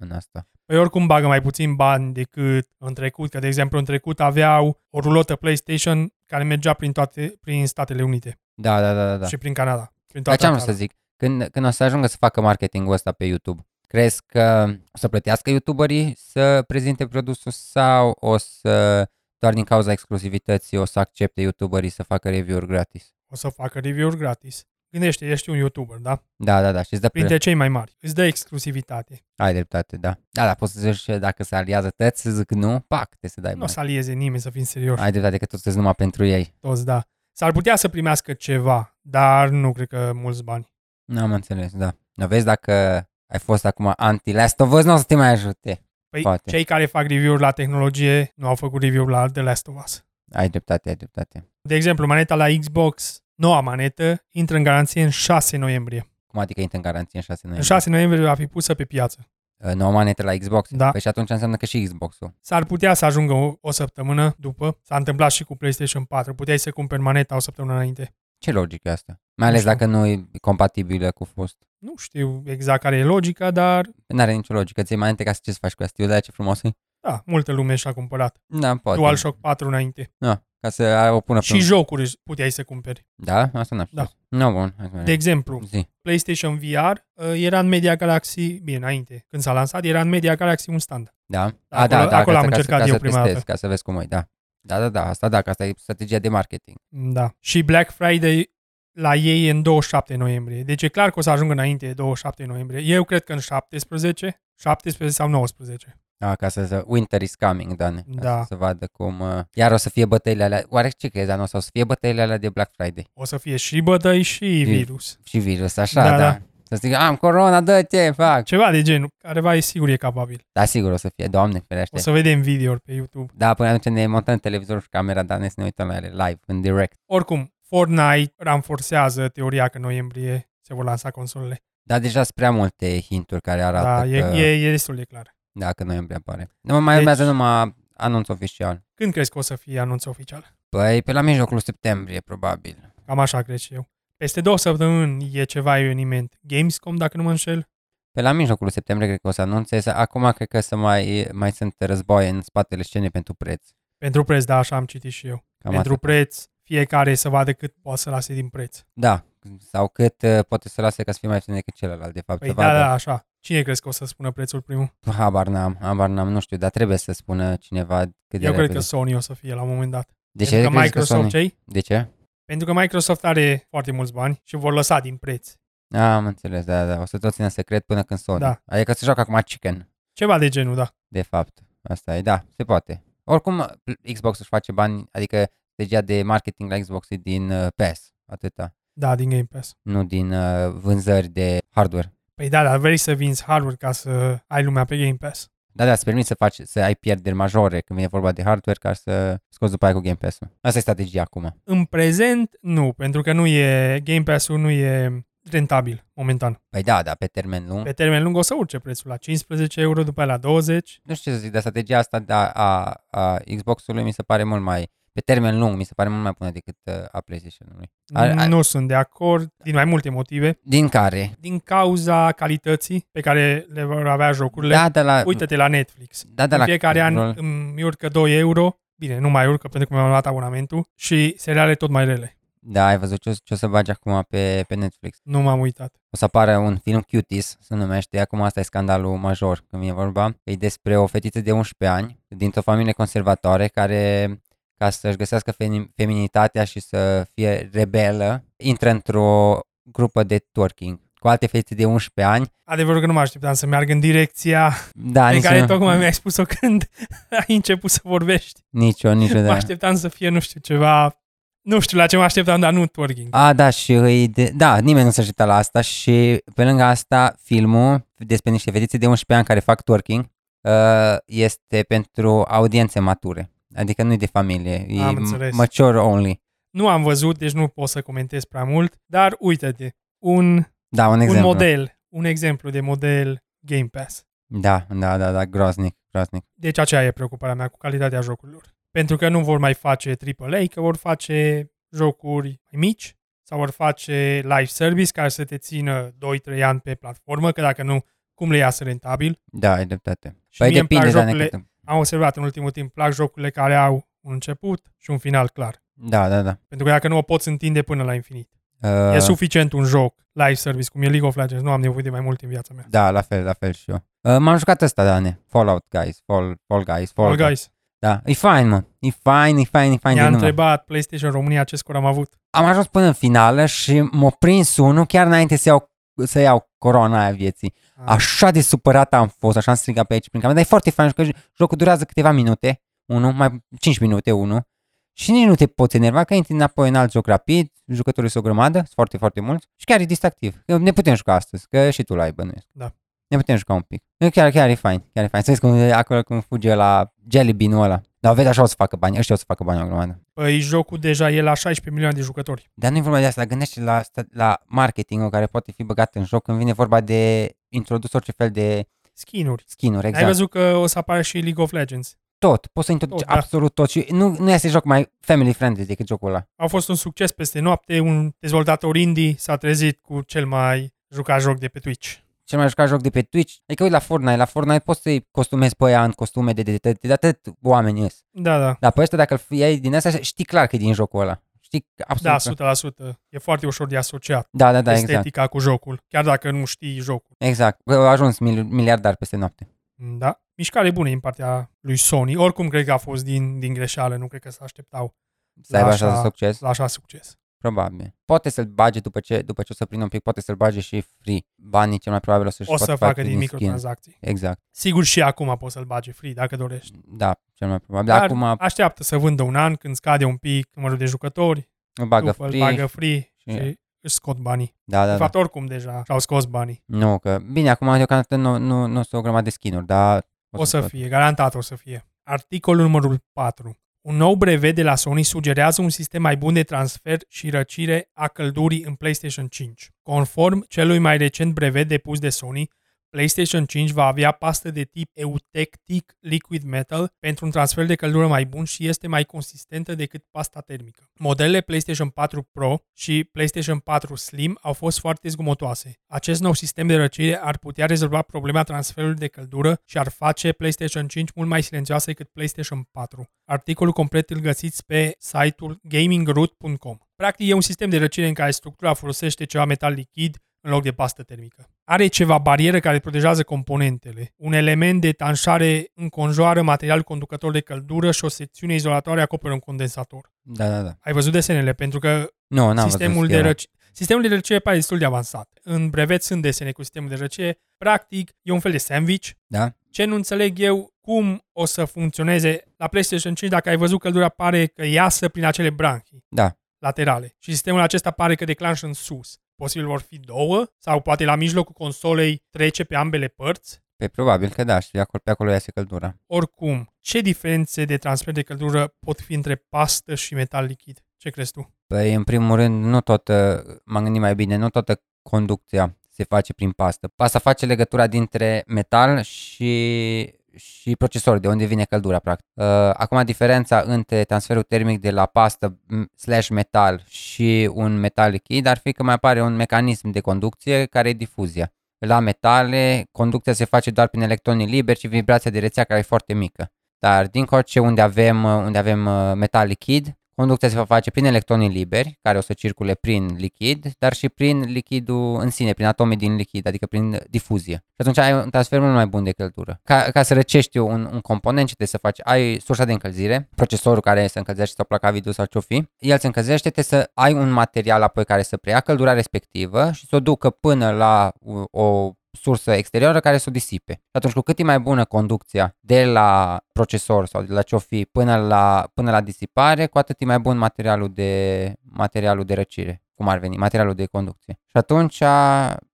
B: în asta.
A: Păi oricum bagă mai puțin bani decât în trecut, că de exemplu în trecut aveau o rulotă PlayStation care mergea prin toate prin Statele Unite
B: Da, da, da, da. da.
A: și prin Canada. Prin
B: Dar
A: toată
B: ce am vrut
A: țara.
B: să zic? Când, când o să ajungă să facă marketingul ăsta pe YouTube, crezi că o să plătească YouTuberii să prezinte produsul sau o să doar din cauza exclusivității o să accepte YouTuberii să facă review-uri gratis?
A: O să facă review-uri gratis. Gândește, ești un YouTuber, da?
B: Da, da, da, și îți dă
A: Printre
B: Printe...
A: cei mai mari. Îți dă exclusivitate.
B: Ai dreptate, da. Da, da, poți să zici uh, dacă se aliază tăți, să zic nu, pac, te să dai
A: Nu o
B: bani.
A: să alieze nimeni, să fim serioși
B: Ai dreptate că tot sunt numai pentru ei.
A: toți, da. S-ar putea să primească ceva, dar nu cred că mulți bani.
B: Nu am înțeles, da. Nu vezi dacă ai fost acum anti-last of Us, nu o să te mai ajute.
A: Păi
B: Poate.
A: cei care fac review-uri la tehnologie nu au făcut review la The Last of Us.
B: Ai dreptate, ai dreptate.
A: De exemplu, maneta la Xbox, noua manetă, intră în garanție în 6 noiembrie.
B: Cum adică intră în garanție în 6
A: În
B: noiembrie?
A: 6 noiembrie va fi pusă pe piață.
B: Uh, nouă manetă la Xbox.
A: Da.
B: Păi și atunci înseamnă că și Xbox-ul.
A: S-ar putea să ajungă o, o săptămână după. S-a întâmplat și cu PlayStation 4. Puteai să cumperi maneta o săptămână înainte.
B: Ce logică e asta? Mai ales
A: știu.
B: dacă nu e compatibilă cu fost.
A: Nu știu exact care e logica, dar
B: N-are nicio logică. Ți-ai manete ca să ce să faci cu asta? Știu de ce frumos e?
A: da, multă lume și-a cumpărat.
B: Da, poate.
A: Poate. da. DualShock 4 înainte.
B: Da, ca să ai- o pună
A: Și
B: pe...
A: jocuri își- puteai să cumperi.
B: Da? Asta n-am
A: Da.
B: știut. Nu, bun. hai să
A: De
B: mergem.
A: exemplu,
B: Zi.
A: PlayStation VR uh, era în Media Galaxy, bine, înainte, când s-a lansat, era în Media Galaxy un stand.
B: Da?
A: Acolo-
B: Acolo,
A: acolo
B: ca
A: am
B: să- ca să-
A: încercat
B: ca
A: eu
B: să
A: prima
B: testezi,
A: dată.
B: Ca să vezi cum e, da. Da, da, da, asta da, că asta e strategia de marketing.
A: Da. Și Black Friday la ei e în 27 noiembrie. Deci e clar că o să ajungă înainte de 27 noiembrie. Eu cred că în 17, 17 sau 19.
B: Da, ca să, să winter is coming, Dan. Ca
A: Da.
B: Să, să vadă cum... Uh, iar o să fie bătăile alea... Oare ce crezi, Dan? O să o să fie bătăile alea de Black Friday?
A: O să fie și bătăi și virus.
B: și virus, așa,
A: Da,
B: da.
A: da.
B: da. Să zic, am corona, dă-te, fac.
A: Ceva de genul. Careva e sigur e capabil.
B: Da, sigur o să fie, doamne ferește.
A: O
B: Să...
A: să vedem video pe YouTube.
B: Da, până atunci ne montăm televizorul și camera, dar ne, să ne uităm la ele live, în direct.
A: Oricum, Fortnite ranforsează teoria că în noiembrie se vor lansa consolele.
B: Dar deja sunt prea multe hinturi care arată
A: Da,
B: că,
A: e, e, e destul de clar.
B: dacă noiembrie apare. Nu mai
A: Deci-
B: deci... urmează numai anunț oficial.
A: Când crezi că o să fie anunț oficial?
B: Păi, pe la mijlocul septembrie, probabil.
A: Cam așa cred și eu. Peste două săptămâni e ceva eveniment. Gamescom, dacă nu mă înșel.
B: Pe la mijlocul septembrie cred că o să anunțe. să- Acum cred că să mai, mai sunt războaie în spatele scenei pentru preț.
A: Pentru preț, da, așa am citit și eu.
B: Cam
A: Pentru
B: atât.
A: preț, fiecare să vadă cât poate să lase din preț.
B: Da, sau cât uh, poate să lase ca să fie mai puțin decât celălalt, de fapt.
A: Păi
B: să
A: da,
B: vadă.
A: da, așa. Cine crezi că o să spună prețul primul?
B: Habar n-am, habar n-am, nu știu, dar trebuie să spună cineva cât de
A: Eu cred
B: repede.
A: că Sony o să fie la un moment dat.
B: de ce
A: Pentru că
B: crezi că
A: Microsoft
B: Sony?
A: cei
B: De ce?
A: Pentru că Microsoft are foarte mulți bani și vor lăsa din preț.
B: A, am înțeles, da, da, o să tot țină secret până când Sony.
A: Da.
B: Adică se joacă acum chicken,
A: Ceva de genul, da.
B: de fapt. Asta e, da, se poate. Oricum, Xbox își face bani, adică strategia de marketing la Xbox e din uh, PES, atâta.
A: Da, din Game Pass.
B: nu din uh, vânzări de hardware.
A: Păi da, dar vrei să vinzi hardware ca să ai lumea pe Game Pass.
B: Da, da, îți permit să, faci, să ai pierderi majore când vine vorba de hardware ca să scoți după aia cu Game Pass-ul. Asta e strategia acum.
A: În prezent, nu, pentru că nu e, Game Pass-ul nu e rentabil momentan.
B: Păi da, da, pe termen lung.
A: Pe termen lung o să urce prețul la 15 euro, după aia la 20.
B: Nu știu ce să zic, dar strategia asta de a, a, a Xbox-ului mi se pare mult mai, pe termen lung, mi se pare mult mai bună decât uh, a PlayStation-ului. Ar- ar-
A: Nu sunt de acord, din mai multe motive.
B: Din care?
A: Din cauza calității pe care le vor avea jocurile.
B: Da, de la...
A: Uite-te la Netflix.
B: da, de
A: în
B: la
A: fiecare an
B: rol-
A: îmi urcă 2 euro. Bine, nu mai urcă pentru că mi-am luat abonamentul și seriale tot mai rele.
B: Da, ai văzut ce, o- ce o să bagi acum pe, pe Netflix.
A: Nu m-am uitat.
B: O să apară un film Cuties, se numește, acum asta e scandalul major când vine vorba. E despre o fetiță de 11 ani, dintr-o familie conservatoare, care ca să-și găsească femi- feminitatea și să fie rebelă, intră într-o grupă de twerking cu alte fetițe de 11 ani.
A: Adevărul că nu mă așteptam să meargă în direcția
B: Da,
A: pe
B: nici
A: care
B: nu-
A: Adică tocmai mi-ai spus-o când ai început să vorbești.
B: Nici eu, nici eu,
A: Mă
B: da.
A: așteptam să fie, nu știu, ceva... Nu știu la ce mă așteptam, dar nu twerking.
B: A, da, și îi de... Da, nimeni nu se aștepta la asta și pe lângă asta filmul despre niște fetițe de 11 ani care fac twerking uh, este pentru audiențe mature. Adică nu e de familie, e
A: Am
B: m-
A: înțeles.
B: mature only.
A: Nu am văzut, deci nu pot să comentez prea mult, dar uite-te, un,
B: Da, un
A: un
B: exemplu.
A: model, un exemplu de model Game Pass.
B: Da, da, da, da, groaznic, groaznic.
A: Deci aceea e preocuparea mea cu calitatea jocurilor. Pentru că nu vor mai face AAA, că vor face jocuri mai mici sau vor face live service care să te țină 2-3 ani pe platformă, că dacă nu, cum le iasă rentabil?
B: Da, ai dreptate.
A: Și
B: Păi
A: mie îmi plac
B: depinde, da,
A: jocurile-
B: necât-
A: Am observat în ultimul timp, plac jocurile care au un început și un final clar.
B: da, da, da.
A: Pentru că dacă nu o poți întinde până la infinit.
B: Uh,
A: E suficient un joc live service, cum e League of Legends, nu am nevoie de mai mult în viața mea.
B: Da, la fel, la fel și eu. Uh, m-am jucat ăsta, Dane. Fallout, guys. Fall, fall guys. Fall,
A: All guys,
B: Da, e fain, mă. E fain, e fain, e fain.
A: ne-a
B: de numai.
A: întrebat PlayStation România ce scor am avut.
B: am ajuns până în finală și m-a prins unul chiar înainte să iau, să iau corona aia vieții.
A: Ah.
B: Așa de supărat am fost, așa am strigat pe aici prin cameră, dar e foarte fain că jocul durează câteva minute, unul, mai 5 minute, unul. Și nici nu te poți enerva că intri înapoi în alt joc rapid, jucătorii sunt o grămadă, sunt foarte, foarte mulți și chiar e distractiv. Că Ne putem juca astăzi, că și tu l-ai bănuiesc.
A: Da.
B: Ne putem juca un pic. E Chiar, chiar e fain, chiar e fain. Să vezi cum e acolo cum fuge la Jelly Bean-ul ăla. Dar vezi, așa o să facă bani, ăștia o să facă bani o grămadă.
A: Păi jocul deja e la 16 milioane de jucători.
B: Dar nu e vorba de asta, gândește la, sta- la marketingul care poate fi băgat în joc când vine vorba de introdus orice fel de
A: Skinuri.
B: skin-uri,
A: Exact. Ai
B: exact.
A: văzut că o să apară și League of Legends.
B: Tot, poți să introduci
A: Tot,
B: tot,
A: da.
B: absolut tot și nu, nu este joc mai family friendly decât jocul ăla.
A: Au fost un succes peste noapte, un dezvoltator indie s-a trezit cu cel mai jucat joc de pe Twitch.
B: Cel mai jucat joc de pe Twitch, adică uite la Fortnite, la Fortnite poți să-i costumezi pe ea în costume de, de, de, de, de atât oameni ies.
A: Da, da.
B: Dar pe ăsta dacă îl iei din asta știi clar că e din jocul ăla. Știi
A: Da,
B: absolut. clar.
A: 100%. E foarte ușor de asociat
B: da, da,
A: da,
B: da exact.
A: estetica exact. cu jocul, chiar dacă nu știi jocul.
B: Exact. Au ajuns mil- miliardar peste noapte.
A: Da. Mișcare bună din partea lui Sony. Oricum, cred că a fost din, din greșeală. Nu cred că s-a așteptau
B: Să aibă
A: Da, Așa.
B: așa succes.
A: la așa succes.
B: Probabil. Poate să-l bage după ce, după ce o să prindă un pic, poate să-l bage și free. Banii cel mai probabil o să-și
A: O să
B: pot
A: facă
B: face
A: din
B: skin.
A: microtransacții.
B: Exact.
A: Sigur și acum poți să-l bage free, dacă dorești.
B: Da, cel mai probabil. Dar acum
A: așteaptă să vândă un an când scade un pic numărul de jucători,
B: îl bagă
A: după
B: free.
A: îl bagă free și
B: și-
A: își scot banii.
B: Da,
A: De
B: da, da.
A: fapt, oricum deja și-au scos banii.
B: Nu, că... Bine, acum deocamdată nu, nu, nu sunt o grămadă de skin-uri, dar...
A: O să
B: scot.
A: fie, garantat o să fie. Articolul numărul 4. Un nou brevet de la Sony sugerează un sistem mai bun de transfer și răcire a căldurii în PlayStation 5. Conform celui mai recent brevet depus de Sony, PlayStation 5 va avea pastă de tip Eutectic Liquid Metal pentru un transfer de căldură mai bun și este mai consistentă decât pasta termică. Modelele PlayStation 4 Pro și PlayStation 4 Slim au fost foarte zgomotoase. Acest nou sistem de răcire ar putea rezolva problema transferului de căldură și ar face PlayStation 5 mult mai silențioasă decât PlayStation 4. Articolul complet îl găsiți pe site-ul gamingroot.com. Practic e un sistem de răcire în care structura folosește ceva metal lichid în loc de pastă termică. Are ceva barieră care protejează componentele. Un element de tanșare înconjoară material conducător de căldură și o secțiune izolatoare acoperă un condensator.
B: Da, da, da.
A: Ai văzut desenele, pentru că
B: Nu, n-am
A: sistemul
B: văzut
A: de,
B: skin-ul.
A: răci... sistemul de răcire pare destul de avansat. În brevet sunt desene cu sistemul de răcire. Practic, e un fel de sandwich.
B: Da.
A: Ce nu înțeleg eu, cum o să funcționeze la PlayStation 5 dacă ai văzut căldura pare că iasă prin acele branchii.
B: Da.
A: laterale și sistemul acesta pare că declanșă în sus. Posibil vor fi două sau poate la mijlocul consolei trece pe ambele părți.
B: Pe probabil că da, și de acolo, pe acolo iese căldura.
A: Oricum, ce diferențe de transfer de căldură pot fi între pastă și metal lichid? Ce crezi tu?
B: Păi, în primul rând, nu toată, m-am gândit mai bine, nu toată conducția se face prin pastă. Pasta face legătura dintre metal și și procesor, de unde vine căldura, practic. Uh, acum, diferența între transferul termic de la pastă m- slash metal și un metal lichid ar fi că mai apare un mecanism de conducție care e difuzia. La metale, conducția se face doar prin electronii liberi și vibrația de rețea care e foarte mică. Dar din coace unde avem, uh, unde avem uh, metal lichid, conducția se va face prin electronii liberi, care o să circule prin lichid, dar și prin lichidul în sine, prin atomii din lichid, adică prin difuzie. Și atunci ai un transfer mult mai bun de căldură. Ca, ca să răcești un, un component, ce trebuie să faci? Ai sursa de încălzire, procesorul care se încălzește sau placa video sau ce fi, el se încălzește, trebuie să ai un material apoi care să preia căldura respectivă și să o ducă până la o, o sursă exterioară care să o disipe. Și atunci, cu cât e mai bună conducția de la procesor sau de la ce-o fi până la, până la disipare, cu atât e mai bun materialul de, materialul de răcire, cum ar veni, materialul de conducție. Și atunci,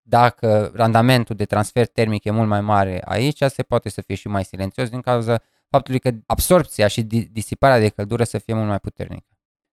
B: dacă randamentul de transfer termic e mult mai mare aici, se poate să fie și mai silențios din cauza faptului că absorpția și di- disiparea de căldură să fie mult mai puternică.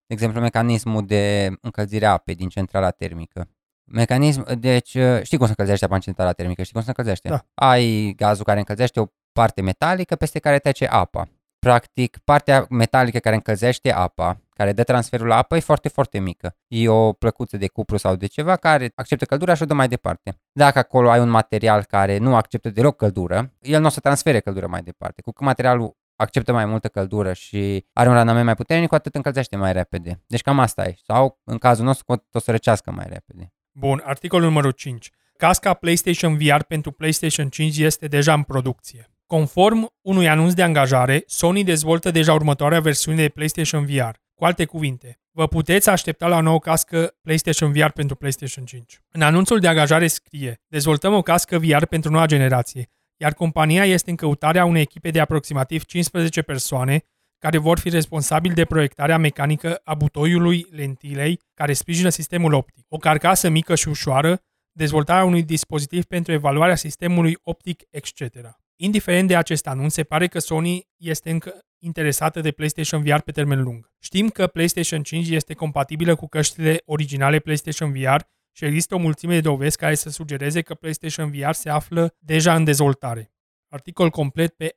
B: De exemplu, mecanismul de încălzire a apei din centrala termică. Mecanism, deci știi cum se încălzește apa în centrala termică, știi cum se încălzește?
A: Da.
B: Ai gazul care încălzește o parte metalică peste care trece apa. Practic, partea metalică care încălzește apa, care dă transferul la apă, e foarte, foarte mică. E o plăcuță de cupru sau de ceva care acceptă căldura și o dă mai departe. Dacă acolo ai un material care nu acceptă deloc căldură, el nu o să transfere căldură mai departe. Cu cât materialul acceptă mai multă căldură și are un randament mai puternic, cu atât încălzește mai repede. Deci cam asta e. Sau, în cazul nostru, cu atât o să răcească mai repede.
A: Bun, articolul numărul 5. Casca PlayStation VR pentru PlayStation 5 este deja în producție. Conform unui anunț de angajare, Sony dezvoltă deja următoarea versiune de PlayStation VR. Cu alte cuvinte, vă puteți aștepta la o nouă cască PlayStation VR pentru PlayStation 5. În anunțul de angajare scrie, dezvoltăm o cască VR pentru noua generație, iar compania este în căutarea unei echipe de aproximativ 15 persoane care vor fi responsabili de proiectarea mecanică a butoiului lentilei care sprijină sistemul optic, o carcasă mică și ușoară, dezvoltarea unui dispozitiv pentru evaluarea sistemului optic, etc. Indiferent de acest anunț, se pare că Sony este încă interesată de PlayStation VR pe termen lung. Știm că PlayStation 5 este compatibilă cu căștile originale PlayStation VR și există o mulțime de dovezi care să sugereze că PlayStation VR se află deja în dezvoltare. Articol complet pe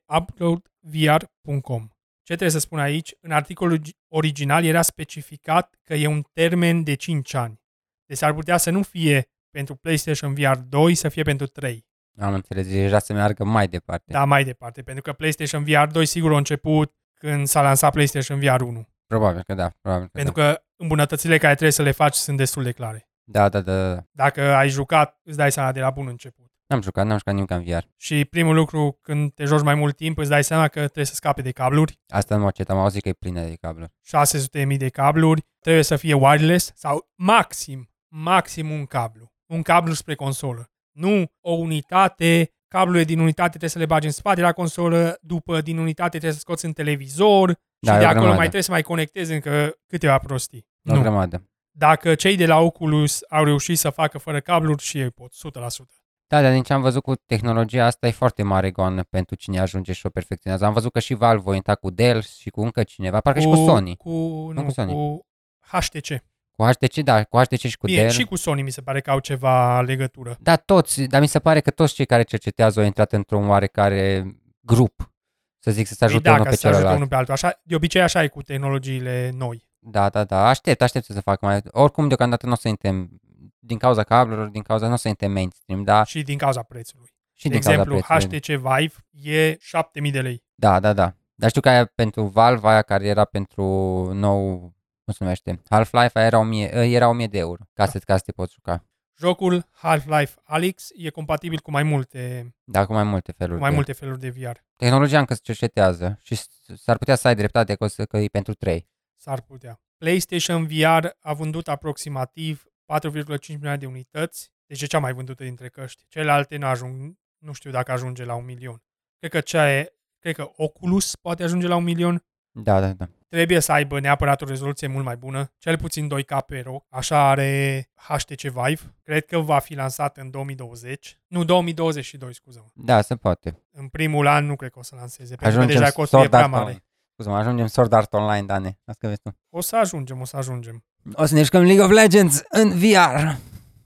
A: uploadvr.com ce trebuie să spun aici? În articolul gi- original era specificat că e un termen de 5 ani. Deci ar putea să nu fie pentru PlayStation VR 2, să fie pentru 3.
B: Am înțeles, deci deja să meargă mai departe.
A: Da, mai departe, pentru că PlayStation VR 2 sigur a început când s-a lansat PlayStation VR 1.
B: Probabil că da, probabil că
A: Pentru că îmbunătățirile care trebuie să le faci sunt destul de clare.
B: da. Da, da, da, da.
A: Dacă ai jucat, îți dai seama de la bun început.
B: N-am jucat, n-am jucat nimic în VR.
A: Și primul lucru, când te joci mai mult timp, îți dai seama că trebuie să scape de cabluri.
B: Asta nu mă cet, am auzit că e plină de cabluri.
A: 600.000 de cabluri, trebuie să fie wireless sau maxim, maxim un cablu. Un cablu spre consolă. Nu o unitate, cablurile din unitate trebuie să le bagi în spate la consolă, după din unitate trebuie să scoți în televizor
B: Da,
A: și
B: e
A: de
B: o
A: acolo mai
B: grămadă.
A: trebuie să mai conectezi încă câteva prostii.
B: Nu. O
A: Nu.
B: grămadă.
A: Dacă cei de la Oculus au reușit să facă fără cabluri și ei pot, 100%.
B: Da, dar din ce am văzut cu tehnologia asta e foarte mare goană pentru cine ajunge și o perfecționează. Am văzut că și Valve o intra cu Dell și cu încă cineva, parcă și cu Sony.
A: Cu, nu,
B: cu
A: cu,
B: Sony.
A: cu HTC.
B: Cu HTC, da, cu HTC și cu
A: Bine,
B: Dell.
A: și cu Sony mi se pare că au ceva legătură.
B: Da, toți, dar mi se pare că toți cei care cercetează au intrat într-un oarecare grup, să zic, să se
A: Păi
B: ajute
A: da,
B: unul
A: ca
B: pe
A: să se ajute
B: celălalt.
A: unul pe altul. Așa, de obicei așa e cu tehnologiile noi.
B: Da, da, da, aștept, aștept să se facă mai... Oricum, deocamdată nu o să intrăm, din cauza cablurilor, din cauza, nu o să intrăm mainstream, da,
A: și din cauza prețului.
B: și
A: de
B: din cauza
A: exemplu,
B: prețului.
A: HTC Vive e 7000 de lei.
B: Da, da, da. Dar știu că aia pentru Valve, aia care era pentru nou, cum se numește, Half-Life, aia era 1000, eh, era 1000 de euro, ca să,
A: Da.
B: ca să te poți juca.
A: Jocul Half-Life Alyx e compatibil cu mai multe,
B: Da, cu mai multe
A: cu
B: feluri.
A: mai
B: de-
A: multe feluri de VR.
B: Tehnologia încă se cercetează și s- s-ar putea să ai dreptate că, o să, că e pentru 3.
A: S-ar putea. PlayStation VR a vândut aproximativ 4,5 milioane de unități, deci e cea mai vândută dintre căști. Celelalte nu ajung, nu știu dacă ajunge la un milion. Cred că, cea e, cred că Oculus poate ajunge la un milion
B: Da, da, da.
A: Trebuie să aibă neapărat o rezoluție mult mai bună, cel puțin 2K pe ROG, așa are HTC Vive. Cred că va fi lansat în 2020, nu 2022, scuză
B: Da, se poate.
A: În primul an nu cred că o să lanseze, pentru că deja costul e prea mare.
B: Online. Scuze-mă, ajungem Sword Art Online, Dane. Asta că vezi tu.
A: O să ajungem, o să ajungem.
B: O să ne jucăm League of Legends în VR.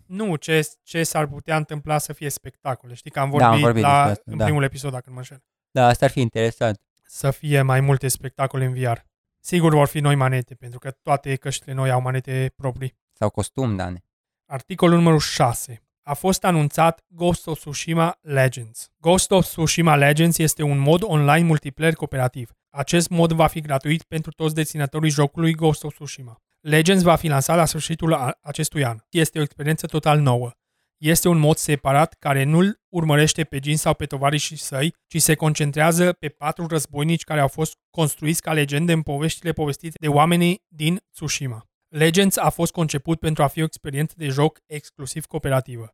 A: Nu, ce, ce s-ar putea întâmpla să fie spectacole. Știi că am
B: Da,
A: vorbit,
B: am vorbit
A: la,
B: despre asta,
A: în
B: da.
A: primul episod, dacă nu mă înșel.
B: Da, asta ar fi interesant.
A: să fie mai multe spectacole în VR. Sigur vor fi noi manete, pentru că toate căștile noi au manete proprii.
B: Sau costum, da, Dane.
A: Articolul numărul 6. A fost anunțat Ghost of Tsushima Legends. Ghost of Tsushima Legends este un mod online multiplayer cooperativ. Acest mod va fi gratuit pentru toți deținătorii jocului Ghost of Tsushima. Legends va fi lansat la sfârșitul a- acestui an. Este o experiență total nouă. Este un mod separat care nu-l urmărește pe Jin sau pe tovarășii săi, ci se concentrează pe patru războinici care au fost construiți ca legende în poveștile povestite de oamenii din Tsushima. Legends a fost conceput pentru a fi o experiență de joc exclusiv cooperativă.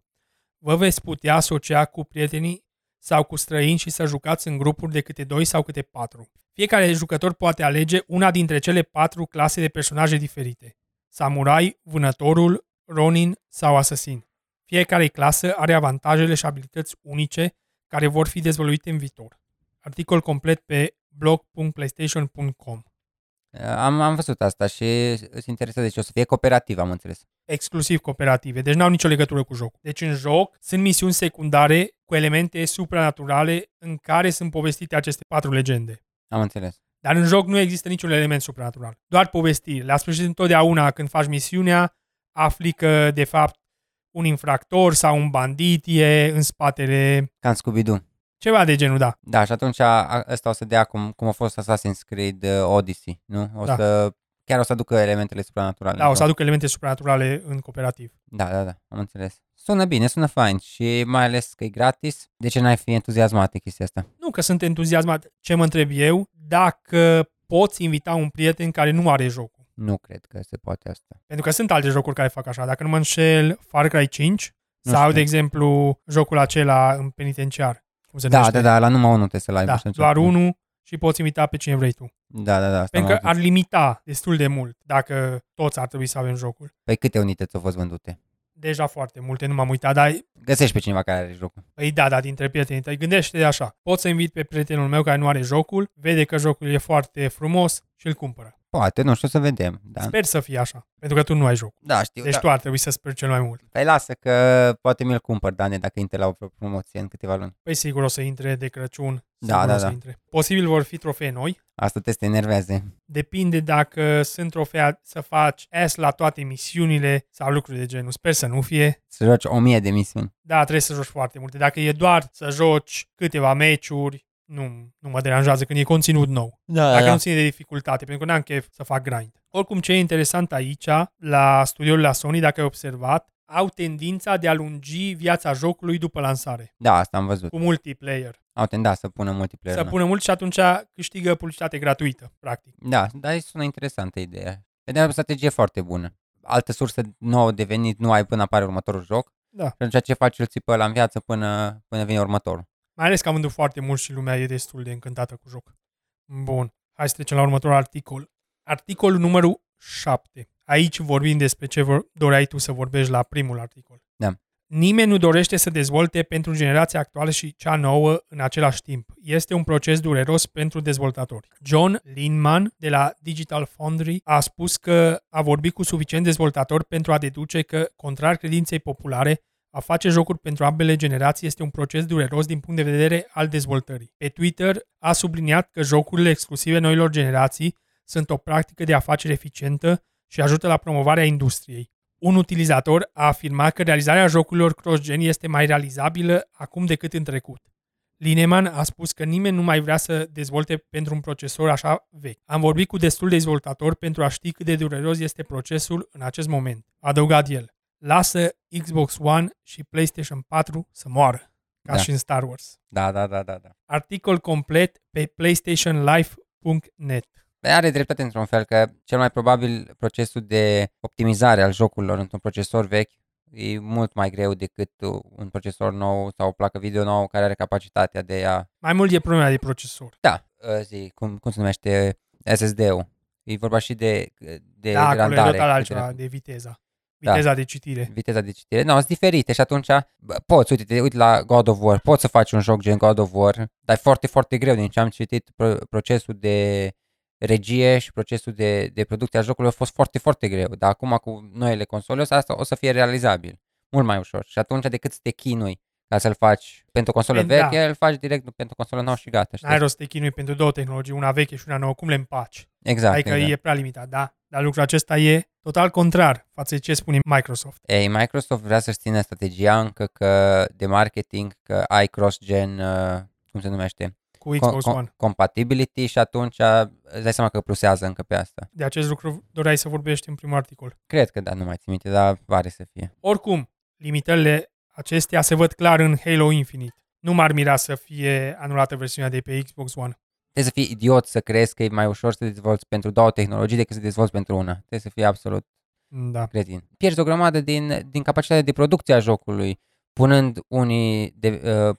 A: Vă veți putea asocia cu prietenii sau cu străini și să jucați în grupuri de câte 2 sau câte 4. Fiecare jucător poate alege una dintre cele patru clase de personaje diferite. Samurai, vânătorul, ronin sau asasin. Fiecare clasă are avantajele și abilități unice care vor fi dezvăluite în viitor. Articol complet pe blog.playstation.com
B: Am, am văzut asta și sunt interesat. Deci o să fie cooperativ, am înțeles.
A: exclusiv cooperative, deci n-au nicio legătură cu jocul. Deci în joc sunt misiuni secundare cu elemente supranaturale în care sunt povestite aceste patru legende.
B: Am înțeles.
A: Dar în joc nu există niciun element supranatural, doar povestiri. La sfârșit întotdeauna când faci misiunea, afli că de fapt un infractor sau un bandit e în spatele
B: Ca în scooby
A: ceva de genul, da.
B: Da, și atunci a, ăsta o să dea cum, cum a fost Assassin's Creed uh, Odyssey, nu? O
A: Da.
B: să, chiar o să aducă elementele supranaturale.
A: Da, o să aduc elemente supranaturale în cooperativ.
B: Da, da, da, am înțeles. Sună bine, sună fain și mai ales că e gratis. De ce n-ai fi entuziasmat de chestia asta?
A: Nu că sunt entuziasmat, ce mă întreb eu, dacă poți invita un prieten care nu are jocul.
B: Nu cred că se poate asta.
A: Pentru că sunt alte jocuri care fac așa. Dacă nu mă înșel, Far Cry 5
B: Nu
A: sau,
B: știu.
A: de exemplu, jocul acela în penitenciar. Cum se
B: Da,
A: numește.
B: da, da, la numai unul trebuie să-l ai.
A: da doar unul și poți imita pe cine vrei tu.
B: Da, da, da. Asta
A: Pentru că
B: ar...
A: ar limita destul de mult dacă toți ar trebui să avem jocul.
B: Păi câte unități au fost vândute?
A: Deja foarte multe, nu m-am uitat, dar
B: Găsești pe cineva care are jocul.
A: Păi da, da, dintre prietenii tăi. Gândește-te așa. Pot să invit pe prietenul meu care nu are jocul, vede că jocul e foarte frumos și îl cumpără.
B: Poate, nu știu, să vedem. Da,
A: Sper să fie așa, pentru că tu nu ai jocul.
B: da știu.
A: Deci
B: da.
A: tu ar trebui să speri cel mai mult.
B: Păi lasă că poate mi-l cumpăr, Dane, dacă intre la o promoție în câteva luni.
A: Păi sigur o să intre de Crăciun.
B: Da,
A: sigur
B: da,
A: o să
B: da.
A: Intre. Posibil vor fi trofee noi.
B: Asta te este enerveze.
A: Depinde dacă sunt trofee să faci S la toate misiunile sau lucruri de genul. Sper să nu fie.
B: Să joci o mie de misiuni.
A: Da, trebuie să joci foarte multe. Dacă e doar să joci câteva meciuri, nu, nu mă deranjează când e conținut nou.
B: Da,
A: Dacă nu ține de dificultate, pentru că n-am chef să fac grind. Oricum, ce e interesant aici, la studioul la Sony, dacă ai observat, au tendința de a lungi viața jocului după lansare,
B: da, asta am văzut.
A: cu multiplayer.
B: Au tendat să pună multiplayer.
A: Să
B: da.
A: pună mult și atunci câștigă publicitate gratuită, practic.
B: Da, dar sună interesantă ideea. Vedem o strategie foarte bună. Altă sursă nouă de venit nu ai până apare următorul joc.
A: Da.
B: Și atunci ce faci, îl ții pe ăla în viață până, până vine următorul.
A: Mai ales că am vândut foarte mult și lumea e destul de încântată cu joc. Bun, hai să trecem la următorul articol. Articolul numărul 7. Aici vorbim despre ce vor- doreai tu să vorbești la primul articol.
B: Da.
A: Nimeni nu dorește să dezvolte pentru generația actuală și cea nouă în același timp. Este un proces dureros pentru dezvoltatori. John Linman de la Digital Foundry a spus că a vorbit cu suficient dezvoltatori pentru a deduce că, contrar credinței populare, a face jocuri pentru ambele generații este un proces dureros din punct de vedere al dezvoltării. Pe Twitter a subliniat că jocurile exclusive noilor generații sunt o practică de afaceri eficientă și ajută la promovarea industriei. Un utilizator a afirmat că realizarea jocurilor cross-gen este mai realizabilă acum decât în trecut. Lineman a spus că nimeni nu mai vrea să dezvolte pentru un procesor așa vechi. Am vorbit cu destul de dezvoltatori pentru a ști cât de dureros este procesul în acest moment, a adăugat el lasă Xbox One și PlayStation 4 să moară, ca
B: Da.
A: și în Star Wars.
B: Da, da, da, da, da.
A: Articol complet pe playstationlife.net.
B: Dar are dreptate într-un fel că cel mai probabil procesul de optimizare al jocurilor într-un procesor vechi e mult mai greu decât uh, un procesor nou sau o placă video nouă care are capacitatea de a...
A: Mai mult e problema de procesor.
B: Da, uh, zi, cum, cum se numește? SSD-ul. E vorba și de, de
A: da, acolo e
B: grandare.
A: total
B: cât
A: altceva,
B: era-
A: de viteza.
B: Da.
A: Viteza de citire.
B: viteza de citire. Nu, no, sunt diferite și atunci bă, poți, uite, te uite la God of War, poți să faci un joc gen God of War, dar e foarte, foarte greu din ce am citit pro- procesul de regie și procesul de, de producție a jocului a fost foarte, foarte greu, dar acum cu noile console asta o să fie realizabil, mult mai ușor și atunci decât să te chinui ca să-l faci pentru consolă
A: Da.
B: veche, îl faci direct pentru consolă nouă și gata. Știi?
A: N-ai rost să te chinui pentru două tehnologii, una veche și una nouă. Cum le împaci?
B: Exact.
A: Adică
B: exact.
A: e prea limitat, da. Dar lucrul acesta e total contrar față de ce spune Microsoft.
B: Ei, Microsoft vrea să-și țină strategia încă că de marketing, că ai cross-gen, uh, cum se numește,
A: Cu
B: co-
A: Xbox
B: co-
A: One.
B: compatibility și atunci uh, îți dai seama că plusează încă pe asta.
A: De acest lucru doreai să vorbești în primul articol.
B: Cred că da, nu mai țin minte, dar pare să fie.
A: Oricum, limitările acestea se văd clar în Halo Infinite. Nu m-ar mira să fie anulată versiunea de pe Xbox One.
B: Trebuie să fii idiot să crezi că e mai ușor să te dezvolți pentru două tehnologii decât să te dezvolți pentru una. Trebuie să fii absolut
A: Da.
B: cretin. Pierzi o grămadă din, din capacitatea de producție a jocului, punând unii de, uh,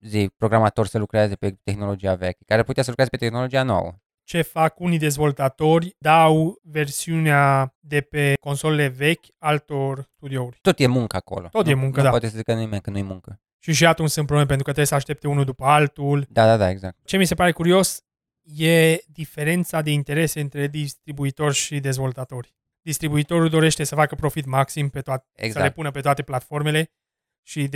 B: zi, programatori să lucreze pe tehnologia veche, care putea să lucreze pe tehnologia nouă.
A: Ce fac unii dezvoltatori? Dau versiunea de pe consolele vechi altor studiouri.
B: Tot e muncă acolo.
A: Tot
B: nu,
A: e muncă,
B: nu
A: da.
B: poate să zică nimeni că nu e muncă.
A: Și și atunci sunt probleme pentru că trebuie să aștepte unul după altul.
B: Da, da, da, exact.
A: Ce mi se pare curios e diferența de interese între distribuitori și dezvoltatori. Distribuitorul dorește să facă profit maxim pe toate, exact. să le
B: Exact.
A: pună pe toate platformele și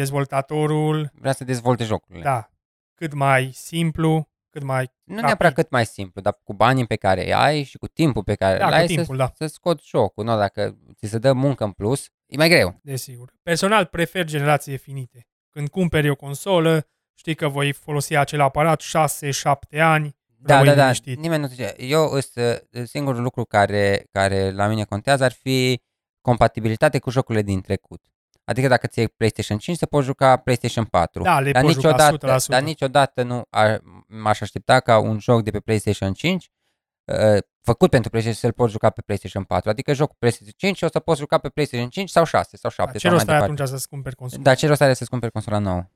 A: dezvoltatorul,
B: Vrea să dezvolte jocurile.
A: da, cât mai simplu, cât mai...
B: Exact. Nu neapărat cât mai simplu, dar cu banii pe care îi ai și cu timpul pe care
A: Da,
B: îl
A: cu
B: ai
A: timpul,
B: să,
A: da.
B: să scoți jocul. No, dacă ți se dă muncă în plus, e mai greu.
A: Desigur. Personal prefer generații finite. Când cumperi o consolă, știi că voi folosi acel aparat 6-7 ani,
B: Da,
A: rămâi
B: da, da.
A: liniștit.
B: Nimeni nu zice. Eu îs, uh, singurul lucru care, care la mine contează ar fi compatibilitate cu jocurile din trecut. Adică dacă ți-ai PlayStation 5 să poți juca PlayStation 4.
A: Da, le
B: dar
A: poți juca
B: niciodată,
A: 100%.
B: dar niciodată nu ar, m-aș aștepta ca un joc de pe PlayStation 5 uh, făcut pentru PlayStation să-l poți juca pe PlayStation 4. Adică jocul PlayStation 5 și o să poți juca pe PlayStation 5 sau 6 sau 7
A: Dar ce
B: sau mai
A: rost are
B: departe.
A: atunci să-ți cumperi consola?
B: Dar ce rost are să-ți cumperi consola nouă?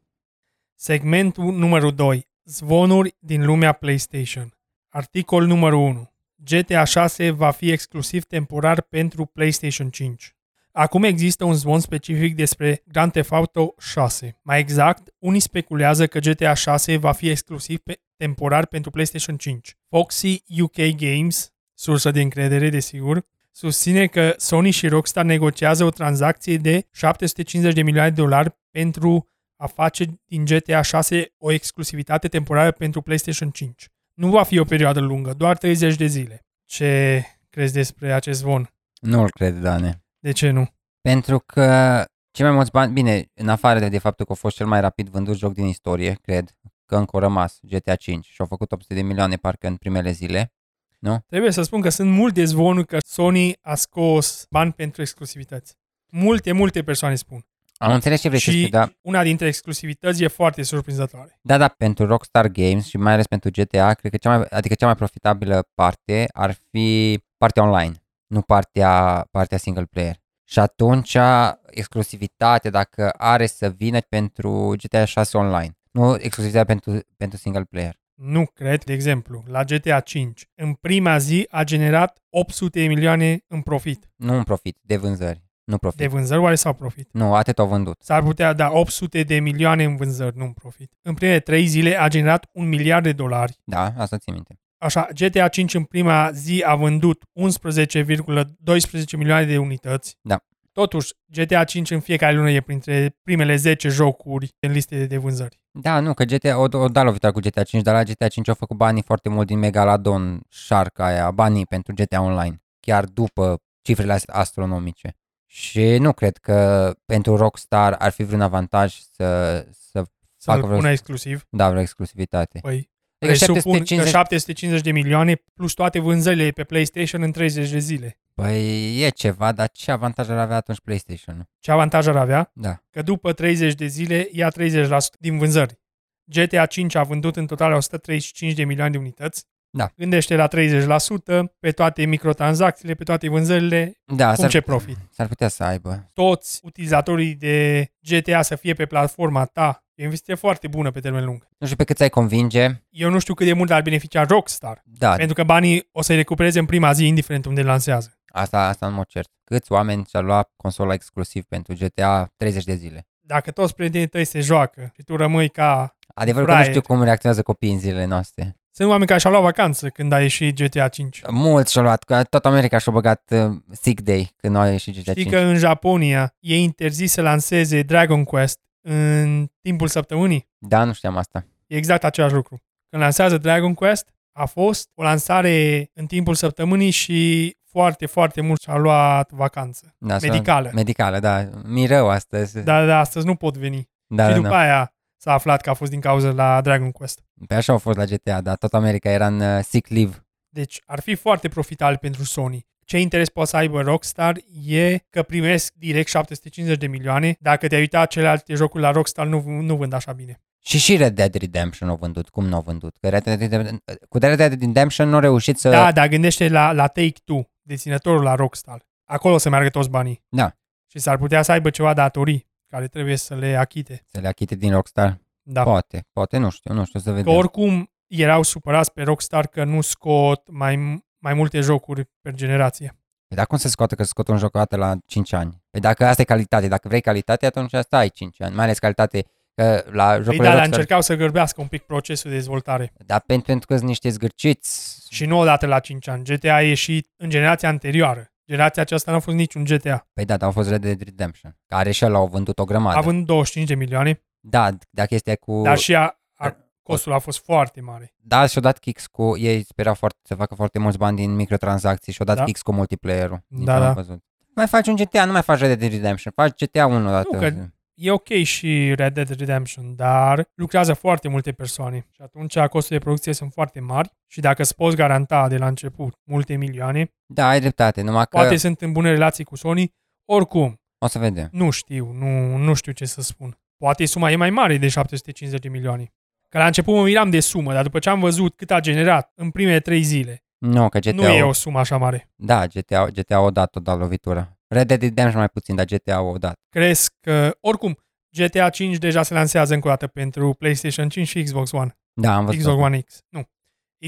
A: Segmentul numărul 2. Zvonuri din lumea PlayStation. Articol numărul 1. GTA 6 va fi exclusiv temporar pentru PlayStation 5. Acum există un zvon specific despre Grand Theft Auto 6. Mai exact, unii speculează că GTA 6 va fi exclusiv pe, temporar pentru PlayStation 5. Foxy UK Games, sursă de încredere desigur, susține că Sony și Rockstar negociază o tranzacție de 750 de milioane de dolari pentru a face din GTA 6 o exclusivitate temporară pentru PlayStation 5. Nu va fi o perioadă lungă, doar 30 de zile. Ce crezi despre acest zvon?
B: Nu-l cred, Dane.
A: De ce nu?
B: Pentru că cei mai mulți bani, bine, în afară de, de faptul că a fost cel mai rapid vândut joc din istorie, cred, că încă a rămas GTA 5 și au făcut 800 de milioane parcă în primele zile.
A: Trebuie să spun că sunt multe zvonuri că Sony a scos bani pentru exclusivități. Multe, multe persoane spun.
B: Am înțeles ce vrei să
A: Și
B: spui, da,
A: una dintre exclusivități e foarte surprinzătoare.
B: da, da, pentru Rockstar Games și mai ales pentru GTA, cred că cea mai, adică cea mai profitabilă parte ar fi partea online, nu partea, partea single player. Și atunci exclusivitatea, dacă are să vină pentru GTA 6 online, nu exclusivitatea pentru, pentru single player.
A: Nu cred, de exemplu, la GTA 5, în prima zi a generat 800 de milioane în profit.
B: Nu un profit, de vânzări. Nu profit.
A: De vânzări oare sau profit?
B: Nu, atât au vândut.
A: S-ar putea da 800 de milioane în vânzări, nu în profit. În primele 3 zile a generat un miliard de dolari.
B: Da, asta țin minte.
A: Așa, GTA 5 în prima zi a vândut 11,12 milioane de unități.
B: Da.
A: Totuși, GTA 5 în fiecare lună e printre primele 10 jocuri în liste de vânzări.
B: Da, nu, că GTA, o, o da lovitura cu GTA 5, dar la GTA 5 au făcut banii foarte mult din Megalodon, șarca aia, banii pentru GTA Online, chiar după cifrele astea astronomice. Și nu cred că pentru Rockstar ar fi vreun avantaj să, să
A: Să-l
B: Facă vreo-
A: pună exclusiv.
B: da vreo exclusivitate.
A: Păi,
B: Adică
A: presupun că
B: 750
A: 750 de milioane plus toate vânzările pe PlayStation în 30 de zile.
B: Păi e ceva, dar ce avantaj ar avea atunci PlayStation?
A: Ce avantaj ar avea?
B: Da.
A: că după 30 de zile ia 30% din vânzări. GTA 5 a vândut în total 135 de milioane de unități.
B: Da.
A: Gândește la 30% pe toate microtransacțiile, pe toate vânzările,
B: Da,
A: cum
B: s-ar,
A: ce profit.
B: s-ar putea să aibă.
A: Toți utilizatorii de GTA să fie pe platforma ta E o investiție foarte bună pe termen lung.
B: Nu știu pe cât ai convinge.
A: Eu nu știu cât de mult ar beneficia Rockstar,
B: Da,
A: pentru că banii o să-i recupereze în prima zi, indiferent unde lansează.
B: asta, asta nu mă cert. Câți oameni și-au luat consola exclusiv pentru GTA 30 de zile?
A: Dacă toți prietenii tăi se joacă și tu rămâi ca...
B: Adevărul că nu
A: Riot.
B: știu cum reacționează copiii în zilele noastre.
A: Sunt oameni care și-au luat vacanță când a ieșit GTA 5.
B: Mulți și-au luat, că toată America și-a băgat uh, sick day când au ieșit GTA
A: Știi
B: 5.
A: că în Japonia e interzis să lanseze Dragon Quest în timpul săptămânii?
B: Da, nu știam asta.
A: E exact același lucru. Când lansează Dragon Quest, a fost o lansare în timpul săptămânii și foarte, foarte mult și-a luat vacanță.
B: Da, să-
A: Medicală.
B: Medicală, da. Mi rău astăzi.
A: Dar de astăzi nu pot veni.
B: da,
A: și
B: da,
A: după
B: da.
A: aia s-a aflat că a fost din cauza la Dragon Quest.
B: Pe așa au fost la GTA, dar da. toată America era în uh, sick leave.
A: Deci ar fi foarte profitabil pentru Sony. Ce interes poate să aibă Rockstar e că primesc direct 750 de milioane. Dacă te-ai uitat celelalte jocuri la Rockstar, nu, nu vând așa bine.
B: Și și Red Dead Redemption au vândut. Cum nu au vândut? Că Red Dead Redemption, uh, cu Red Dead Redemption nu au reușit să...
A: Da, dar gândește la, la Take-Two, deținătorul la Rockstar. Acolo să meargă toți banii.
B: Da.
A: Și s-ar putea să aibă ceva datorii care trebuie să le achite.
B: Să le achite din Rockstar?
A: Da.
B: Poate, poate, nu știu, nu știu, să
A: Că
B: vedem.
A: oricum erau supărați pe Rockstar că nu scot mai, mai multe jocuri per generație.
B: Păi dar cum se scoate că se scoate un joc o dată la 5 ani? Păi dacă asta e calitate, dacă vrei calitate, atunci asta ai 5 ani, mai ales calitate că la
A: Păi
B: jocurile
A: da, dar
B: Rockstar,
A: încercau să gărbească un pic procesul de dezvoltare.
B: dar pentru, pentru că sunt niște zgârciți,
A: Și nu odată la 5 ani. GTA a ieșit în generația anterioară. Generația aceasta n-a fost niciun GTA.
B: păi da, dar au fost Red Dead Redemption, care și l au vândut o grămadă.
A: Având 25 de milioane,
B: Da, dacă este cu...
A: dar și a, a, costul a fost foarte mare.
B: Da, și-au dat kicks cu... Ei sperau foarte, să facă foarte mulți bani din microtransacții și-au dat
A: Da.
B: kicks cu multiplayer-ul. din
A: Da,
B: ce am
A: da.
B: Văzut. Mai faci un GTA, nu mai faci Red Dead Redemption, faci GTA 1 odată.
A: că- e ok și Red Dead Redemption, dar lucrează foarte multe persoane și atunci costurile de producție sunt foarte mari și dacă îți poți garanta de la început multe milioane, că...
B: Da, ai dreptate, numai că...
A: poate sunt în bune relații cu Sony, oricum,
B: O să vedem.
A: nu știu, nu, nu știu ce să spun. Poate suma e mai mare de 750 de milioane. Că la început mă miram de sumă, dar după ce am văzut cât a generat în primele trei zile,
B: Nu, că GTA
A: nu e o sumă așa mare.
B: Da, GTA, GTA o dată o dat lovitura. Red Dead Redemption mai puțin, dar GTA o dat.
A: Crezi că, oricum, GTA 5 deja se lansează încă o dată pentru PlayStation 5 și Xbox One.
B: Da, am văzut,
A: Xbox
B: asta.
A: One X. Nu.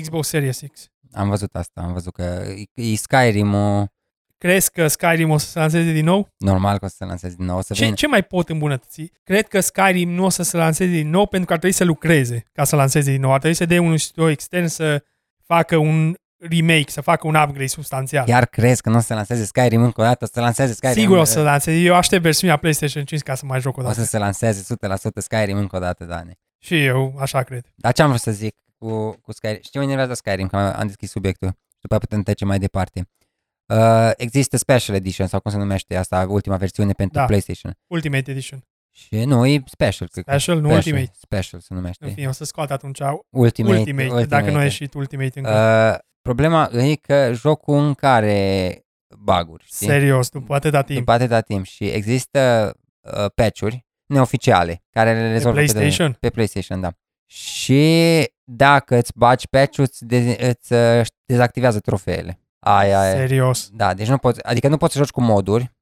A: Xbox Series X.
B: am văzut asta, am văzut că e- e Skyrim-ul
A: Crezi că Skyrim o să se lanseze din nou?
B: normal că o să se lanseze din nou, o să
A: Ce,
B: vină.
A: ce mai pot îmbunătăți? Cred că Skyrim nu o să se lanseze din nou pentru că ar trebui să lucreze ca să lanseze din nou. Ar trebui să dea unui studio extern să facă un remake, să facă un upgrade substanțial.
B: Chiar crezi că nu o să se lanseze Skyrim încă o dată? O să se lanseze Skyrim. uh, eh,
A: Sigur o să lanseze. Eu aștept versiunea PlayStation 5 ca să mai joc o
B: O
A: dată.
B: să se lanseze 100% Skyrim încă o dată, Dane.
A: Și eu așa cred.
B: Dar ce am vrut să zic cu, cu Skyrim? Știu mă enervează Skyrim, că am deschis subiectul. Și după aia putem trece mai departe. Uh, există Special Edition, sau cum se numește asta, ultima versiune pentru
A: Da.
B: PlayStation.
A: Ultimate Edition.
B: Și nu, e Da. Special. cred că.
A: Special, nu Ultimate.
B: Special se numește.
A: În fine, o să scoat atunci
B: Ultimate,
A: Ultimate, Ultimate, dacă nu a ieșit Ultimate încă. Uh,
B: Uh, problema e că jocul încă are baguri, știi?
A: Serios, după atâta timp.
B: După atâta timp și există uh, patch-uri neoficiale care le
A: Pe
B: rezolvă
A: PlayStation?
B: Pe, pe PlayStation, da. Și dacă îți bagi patch-ul, îți, de- îți uh, dezactivează trofeele. Aia e.
A: Serios.
B: Da, deci nu poți, adică nu poți să joci cu moduri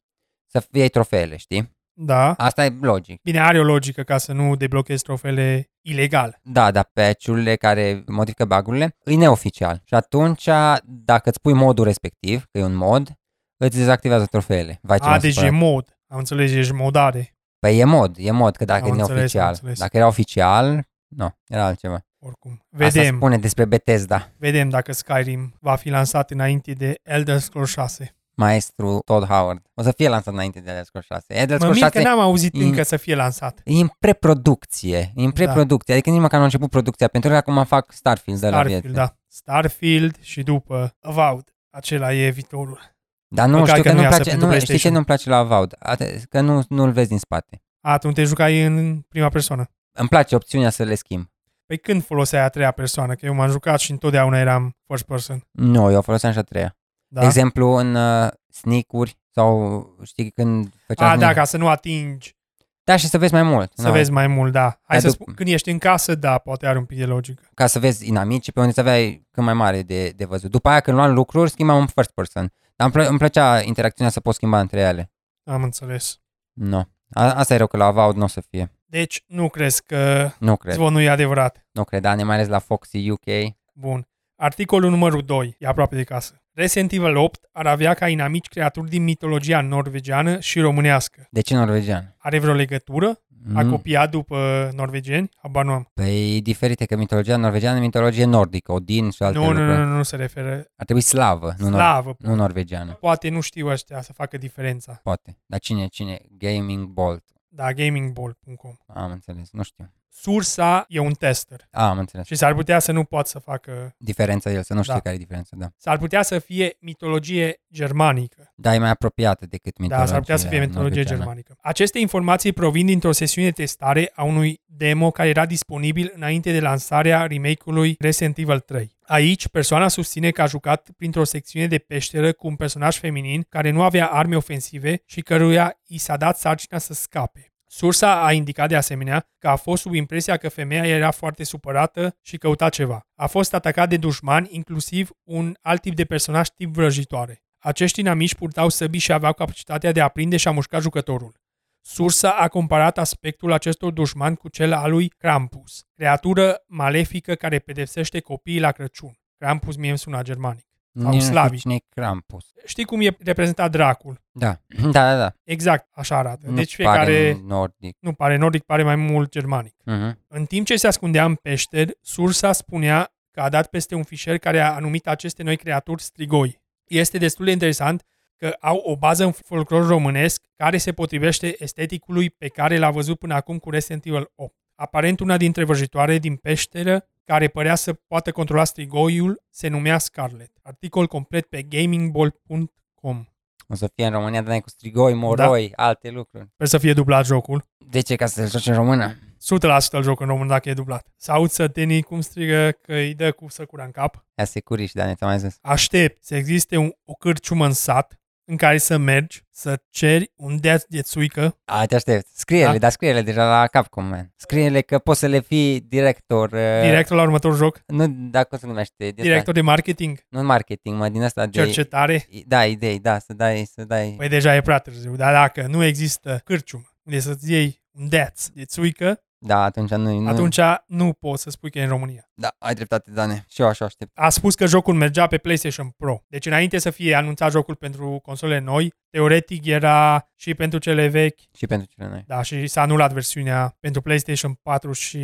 B: să iei trofeele, știi?
A: Da.
B: Asta e logic.
A: Bine, are o logică ca să nu deblochezi trofele ilegal.
B: Da, dar patch-urile care modifică bagurile e neoficial. Și atunci, dacă îți pui modul respectiv, că e un mod, îți dezactivează trofeele. Vai, ce
A: A,
B: m-am
A: deci e
B: supărat.
A: mod. Am înțeles, ești modare.
B: Păi e mod, e mod, că dacă
A: Am
B: e
A: înțeles, am
B: neoficial.
A: înțeles.
B: Dacă era oficial, nu, era altceva.
A: Oricum.
B: Asta
A: Vedem,
B: spune despre Bethesda.
A: vedem dacă Skyrim va fi lansat înainte de Elder Scrolls 6.
B: Maestru Todd Howard. O să fie lansat înainte de Elder Scrolls 6. Elder
A: Mă
B: Scrolls
A: mir că
B: 6
A: n-am auzit
B: e-
A: încă să fie lansat.
B: e în preproducție,
A: Da.
B: e în preproducție, adică nici măcar nu a început producția, pentru că acum fac Starfield de la
A: Starfield,
B: vieță.
A: da. Starfield și după Avowed. Acela e viitorul.
B: Dar nu,
A: Păcat
B: știu
A: că nu
B: că, nu-mi
A: iasă
B: place,
A: pentru
B: nu, știi ce
A: PlayStation.
B: nu-mi place la Avowed? Ate- Că nu, nu-l vezi din spate.
A: A, tu te jucai în prima persoană.
B: îmi place opțiunea să le schimb.
A: Păi când foloseai a treia persoană? Că eu m-am jucat și întotdeauna eram first person.
B: Nu, eu foloseam și a treia. Da?
A: Da?
B: De exemplu, în uh, sneak-uri sau știi când făceam...
A: A, da,
B: sneak-
A: ca să nu atingi,
B: da, și să vezi mai mult.
A: să
B: exact. nu?
A: vezi mai mult, da. Hai
B: Dar
A: să
B: dup-
A: spun, când ești în casă, da, poate are un pic de logică.
B: Ca să vezi inamicii pe unde să aveai cât mai mare de, de văzut. După aia când luam lucruri, schimbam în first person. Dar îmi, plă- îmi plăcea interacțiunea să pot schimba între ele.
A: Am înțeles.
B: Nu. A- asta e rău că la Avowed nu o să fie.
A: Deci nu crezi că
B: Nu cred,
A: zvonul e adevărat.
B: nu cred, Ani, mai ales la Foxy UK.
A: Bun. Articolul numărul 2 e aproape de casă. Resident Evil 8 ar avea ca inamici creaturi din mitologia norvegiană și românească.
B: De ce norvegian?
A: Are vreo legătură? A
B: Mm.
A: copiat după norvegeni? Habar nu am.
B: Păi diferite, că mitologia norvegiană e mitologie nordică, Odin și alte
A: Nu, nu,
B: lucruri.
A: nu, nu, nu se referă.
B: Ar trebui slavă, nu, nor-
A: Slavă.
B: nu norvegiană,
A: Poate nu știu ăștia să facă diferența.
B: poate. Dar cine, cine? Gaming Bolt.
A: Da, gamingball.com.
B: Am înțeles, nu știu.
A: Sursa e un tester
B: A, am înțeles.
A: și s-ar putea să nu poată să facă...
B: Diferența el, să nu știu
A: Da.
B: care e diferența, da.
A: S-ar putea să fie mitologie germanică.
B: Da, e mai apropiată decât mitologia
A: Da, s-ar putea să fie metodologie
B: norvegiană.
A: germanică. Aceste informații provin dintr-o sesiune de testare a unui demo care era disponibil înainte de lansarea remake-ului Resident Evil 3. Aici, persoana susține că a jucat printr-o secțiune de peșteră cu un personaj feminin care nu avea arme ofensive și căruia i s-a dat sarcina să scape. Sursa a indicat de asemenea că a fost sub impresia că femeia era foarte supărată și căuta ceva. A fost atacat de dușmani, inclusiv un alt tip de personaj tip vrăjitoare. Acești inamici purtau săbii și aveau capacitatea de a prinde și a mușca jucătorul. Sursa a comparat aspectul acestor dușmani cu cel al lui Krampus, creatură malefică care pedepsește copiii la Crăciun. Krampus mie îmi suna germanic. Sau
B: Nici nu știu
A: slavic.
B: cine e Krampus.
A: Știi cum e reprezentat dracul?
B: Da, da, da, da.
A: Exact așa arată.
B: Nu
A: deci
B: pare
A: fiecare...
B: nordic.
A: Nu pare nordic, pare mai mult germanic.
B: Mhm.
A: În timp ce se ascundea în peșteri, sursa spunea că a dat peste un fișier care a anumit aceste noi creaturi strigoi. Este destul de interesant că au o bază în folclor românesc care se potrivește esteticului pe care l-a văzut până acum cu Resident Evil 8. Aparent una dintre vrăjitoare din peșteră care părea să poată controla strigoiul se numea Scarlet. Articol complet pe gamingball.com.
B: O să fie în România, dar n-ai cu
A: Da.
B: strigoi, moroi, alte lucruri.
A: Sper să fie dublat jocul.
B: De ce? Ca să-l joci în română?
A: 100% îl joc în român dacă e dublat. Să aud sătenii cum strigă că îi dă cu săcura în cap.
B: Ia securiști, Dani, ți-am mai zis.
A: aștept să existe un, o cârciumă în sat în care să mergi, să ceri un death de țuică.
B: A, te aștept. Scrie-le,
A: Da.
B: dar scrie-le deja la Capcom, man. Scrie-le că poți să le fii director. uh,
A: Director la următorul joc,
B: Nu, da, cum se numește? Din asta,
A: director de marketing,
B: nu marketing, mă, din asta de...
A: cercetare.
B: i- Da, idei, da, să dai, să dai...
A: Păi deja e prea târziu, dar dacă nu există cârciumă unde să-ți iei un death de țuică,
B: Da, atunci nu... nu...
A: atunci nu poți să spui că e în România.
B: Da, ai dreptate, Dane. Și eu așa aștept.
A: A spus că jocul mergea pe PlayStation Pro. Deci înainte să fie anunțat jocul pentru console noi, teoretic era și pentru cele vechi,
B: Și pentru cele noi.
A: da, și s-a anulat versiunea pentru PlayStation 4 și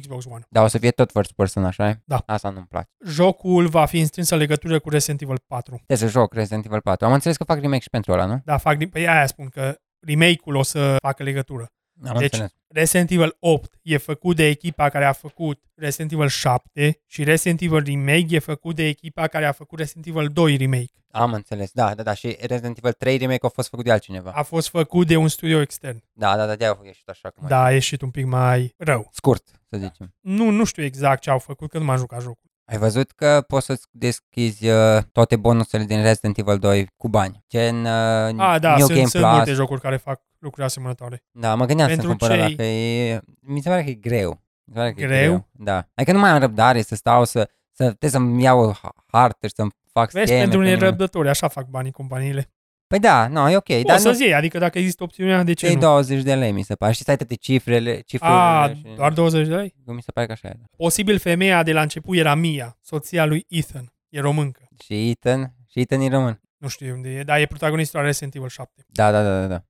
A: Xbox One.
B: Dar o să fie tot first person, așa e?
A: Da.
B: Asta nu-mi place.
A: jocul va fi în strânsă legătură cu Resident Evil 4.
B: Trebuie să joc Resident Evil 4. Am înțeles că fac remake și pentru ăla, nu?
A: Da, fac din... Păi aia spun că remake-ul o să facă legătură.
B: Am
A: Deci-
B: înțeles.
A: Resident Evil 8 e făcut de echipa care a făcut Resident Evil 7 și Resident Evil Remake e făcut de echipa care a făcut Resident Evil 2 Remake.
B: Am înțeles, da, da, da. Și Resident Evil 3 remake a fost făcut de altcineva.
A: A fost făcut de un studio extern.
B: Da, da, da, de-aia a ieșit așa cum da.
A: Da, a ieșit un pic mai rău.
B: Scurt, să zicem.
A: Nu, nu știu exact ce au făcut, că nu m-am jucat jocul.
B: Ai văzut că poți să-ți deschizi uh, toate bonusele din Resident Evil 2 cu bani. Gen uh,
A: A, da,
B: New Game
A: sunt, sunt multe
B: Plus.
A: jocuri care fac lucruri asemănătoare.
B: Da, mă gândeam să
A: Pentru
B: cumpăr ăla,
A: cei-
B: că e... Mi se pare că e greu. Mi se pare că E
A: Greu?
B: greu? Da. Adică nu mai am răbdare să stau să... să trebuie să-mi iau o ha- hartă și să-mi fac
A: Vezi,
B: scheme.
A: pentru unii
B: mine.
A: răbdători, așa fac banii companiile.
B: Păi da, nu, e ok.
A: Poți
B: dar nu,
A: să-zi, iei, adică dacă există opțiunea, de ce
B: cei
A: nu?
B: 20 de lei mi se pare. Și stai toate cifrele, cifrele
A: A,
B: și...
A: doar 20 de lei?
B: Mi se pare că așa e. da.
A: Posibil femeia de la început era Mia, soția lui Ethan. E româncă.
B: Și Ethan, și Ethan e român.
A: Nu știu unde e, dar e protagonistul la Resident Evil 7.
B: Da, da, da, da, da.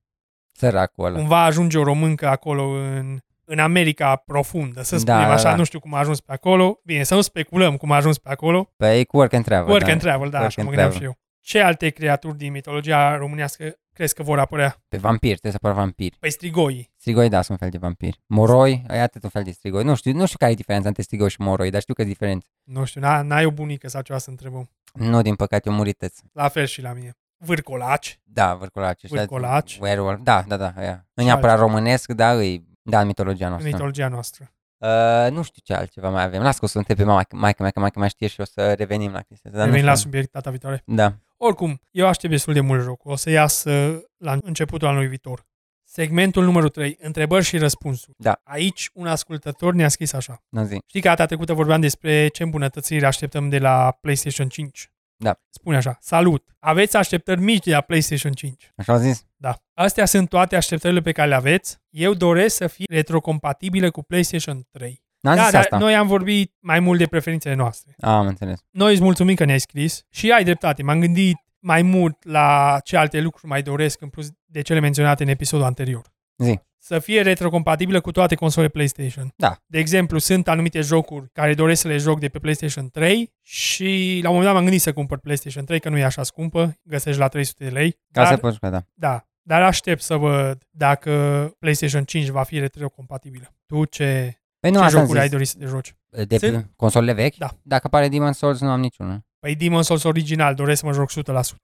B: Săracul ăla.
A: Cumva ajunge o româncă acolo în, în America profundă, să
B: Da,
A: spunem
B: da,
A: așa,
B: da.
A: nu știu cum a ajuns pe acolo. Bine, să nu speculăm cum a ajuns pe acolo.
B: Păi cu work and travel.
A: Work
B: da.
A: and travel, da,
B: Work
A: așa mă
B: and
A: gândeam
B: travel.
A: și eu. Ce alte creaturi din mitologia românească crezi că vor apărea?
B: Pe vampiri, trebuie să apară vampiri.
A: Păi strigoii.
B: Strigoi, da, sunt un fel de vampiri. Moroi, ai atât un fel de strigoi. Nu știu, nu știu care e diferența între strigoi și moroi, dar știu că e diferență.
A: Nu știu, n- n-ai o bunică sau ceva să întrebăm.
B: Nu, din păcate, o murități.
A: La fel și la mine. Vârcolaci.
B: Da, vârcolaci. ăștia-
A: Vârcolaci.
B: Werewolf. Da, da, da, aia. Nu neapărat românesc, da, îi... Da, în mitologia
A: În
B: noastră.
A: mitologia noastră.
B: Uh, nu știu ce altceva mai avem. Las că o să întreb pe mama, maica mea, că maica mea știe și o să revenim la chestia asta. dar nu
A: Revenim la
B: știu.
A: subiect data viitoare.
B: Da.
A: Oricum, eu aștept destul de mult jocul. O să iasă la începutul anului viitor. Segmentul numărul 3. Întrebări și răspunsuri.
B: Da.
A: Aici un ascultător ne-a scris așa.
B: Nu zic.
A: Știi că data trecută vorbeam despre ce îmbunătățiri așteptăm de la PlayStation 5.
B: Da.
A: Spune așa, salut, aveți așteptări mici de la PlayStation 5.
B: Așa au zis?
A: Da. Astea sunt toate așteptările pe care le aveți. Eu doresc să fie retrocompatibile cu PlayStation 3.
B: N-am
A: da,
B: zis asta.
A: noi am vorbit mai mult de preferințele noastre.
B: A, am înțeles.
A: Noi îți mulțumim că ne-ai scris și ai dreptate. M-am gândit mai mult la ce alte lucruri mai doresc în plus de cele menționate în episodul anterior.
B: Zi.
A: Să fie retrocompatibilă cu toate console PlayStation.
B: Da.
A: De exemplu, sunt anumite jocuri care doresc să le joc de pe PlayStation 3 și la un moment dat m-am gândit să cumpăr PlayStation 3, că nu e așa scumpă, găsești la 300 de lei.
B: Ca
A: Dar-
B: să poți juca, da.
A: da, dar aștept să văd dacă PlayStation 5 va fi retrocompatibilă. Tu ce,
B: Păi nu,
A: nu, ce
B: asta am
A: jocuri ai
B: zis.
A: dorit să te joci?
B: De pe consolele vechi?
A: Da.
B: Dacă apare Demon's Souls, nu am niciunul.
A: Păi Demon's Souls original doresc să mă joc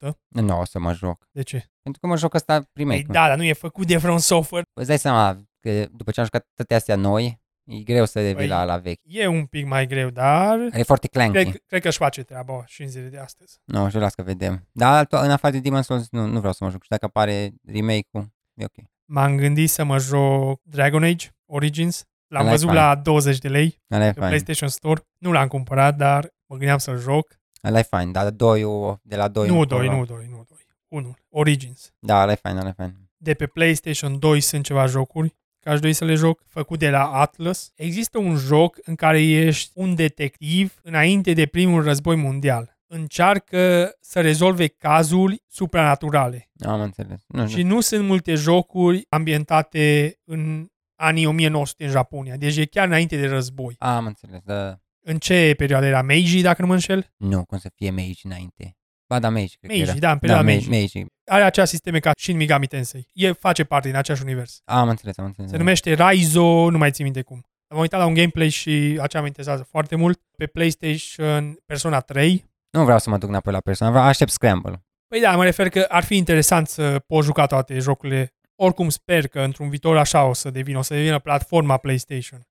A: 100%.
B: Nu o să mă joc.
A: De ce?
B: Pentru că mă joc ăsta
A: Păi
B: remake
A: da, dar nu e făcut de From Software.
B: Îți dai seama că după ce am jucat toate astea noi, e greu să revii
A: Păi-
B: la, la vechi.
A: E un pic mai greu, dar
B: E foarte clanky.
A: cred, cred că își face treaba și în zilele de astăzi.
B: Nu, și las că vedem. Dar alto- în afară de Demon's Souls nu, nu vreau să mă joc. Și dacă apare remake-ul, e ok.
A: M-am gândit să mă joc Dragon Age Origins. L-am
B: Ăla e
A: văzut
B: fain.
A: la 20 de lei
B: Ăla e
A: pe
B: fain.
A: PlayStation Store. Nu l-am cumpărat, dar mă gândeam să-l joc.
B: Ăla e fain. Dar doiul, de la doi.
A: Nu
B: încolo-
A: 2, nu 2, nu 2. 1. Origins.
B: Da, ăla e fain, ăla e fain.
A: de pe PlayStation 2 sunt ceva jocuri că aș dori să le joc, făcut de la Atlas. Există un joc în care ești un detectiv înainte de primul război mondial. Încearcă să rezolve cazuri supranaturale.
B: Am înțeles. Nu știu.
A: Și nu sunt multe jocuri ambientate în anii 1900 în Japonia. Deci e chiar înainte de război.
B: Am înțeles, da.
A: În ce perioadă era? Meiji, dacă nu mă înșel?
B: Nu, cum să fie Meiji înainte. Ba, da, Meiji, cred că
A: Meiji,
B: era.
A: da, în perioada
B: Mei-
A: Meiji.
B: Meiji.
A: Are acea sisteme ca Shin Megami Tensei. E face parte din același univers.
B: Am înțeles, am înțeles.
A: Se numește Raizo, nu mai țin minte cum. Am uitat la un gameplay și acea mă interesează foarte mult. Pe PlayStation Persona 3.
B: Nu vreau să mă duc înapoi la persoană, vreau, aștept Scramble.
A: Păi da, mă refer că ar fi interesant să poți juca toate jocurile. Oricum sper că într-un viitor așa o să devină, o să devină platforma PlayStation. Și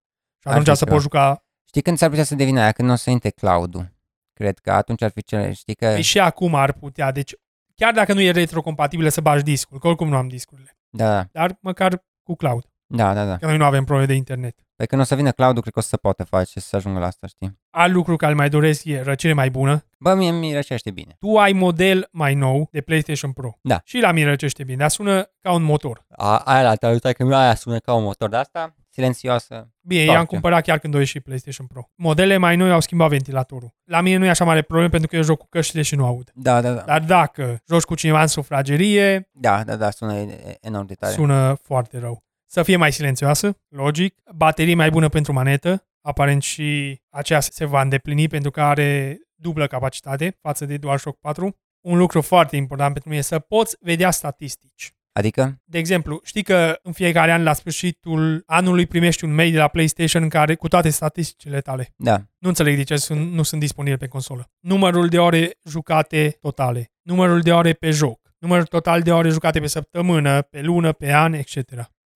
B: Ar
A: atunci
B: fi
A: să
B: clar.
A: poți juca.
B: Știi când s-ar putea să devină aia? Când o să intre cloud Cred că atunci ar fi cel, știi că...
A: Păi și acum ar putea, deci chiar dacă nu e retrocompatibilă să bagi discul, că oricum nu am discurile,
B: Da,
A: dar măcar cu cloud,
B: da, da, da.
A: că noi nu avem probleme de internet.
B: Păi când o să vină cloud cred că o să se poate face să ajungă la asta, știi?
A: Alt lucru care îl mai doresc e răcire mai bună,
B: Bă, mie mi răcește bine.
A: tu ai model mai nou de PlayStation Pro.
B: Da.
A: Și la mine răcește bine, dar sună ca un motor.
B: A, aia la te că aia sună ca un motor de asta, silențioasă.
A: Bine, eu
B: Foarte.
A: am cumpărat chiar când a ieșit PlayStation Pro. Modele mai noi au schimbat ventilatorul. La mine nu e așa mare problemă pentru că eu joc cu căștile și nu aud.
B: Da, da, da.
A: Dar dacă joci cu cineva în sufragerie,
B: Da, da, da, sună e- e- enorm de tare.
A: sună foarte rău. Să fie mai silențioasă, logic, baterie mai bună pentru manetă, aparent și aceea se va îndeplini pentru că are dublă capacitate față de DualShock 4. Un lucru foarte important pentru mine e să poți vedea statistici.
B: Adică?
A: De exemplu, știi că în fiecare an, la sfârșitul anului, primești un mail de la PlayStation în care cu toate statisticile tale.
B: Da.
A: Nu înțeleg de ce sunt, nu sunt disponibile pe consolă. Numărul de ore jucate totale, numărul de ore pe joc, numărul total de ore jucate pe săptămână, pe lună, pe an, etc.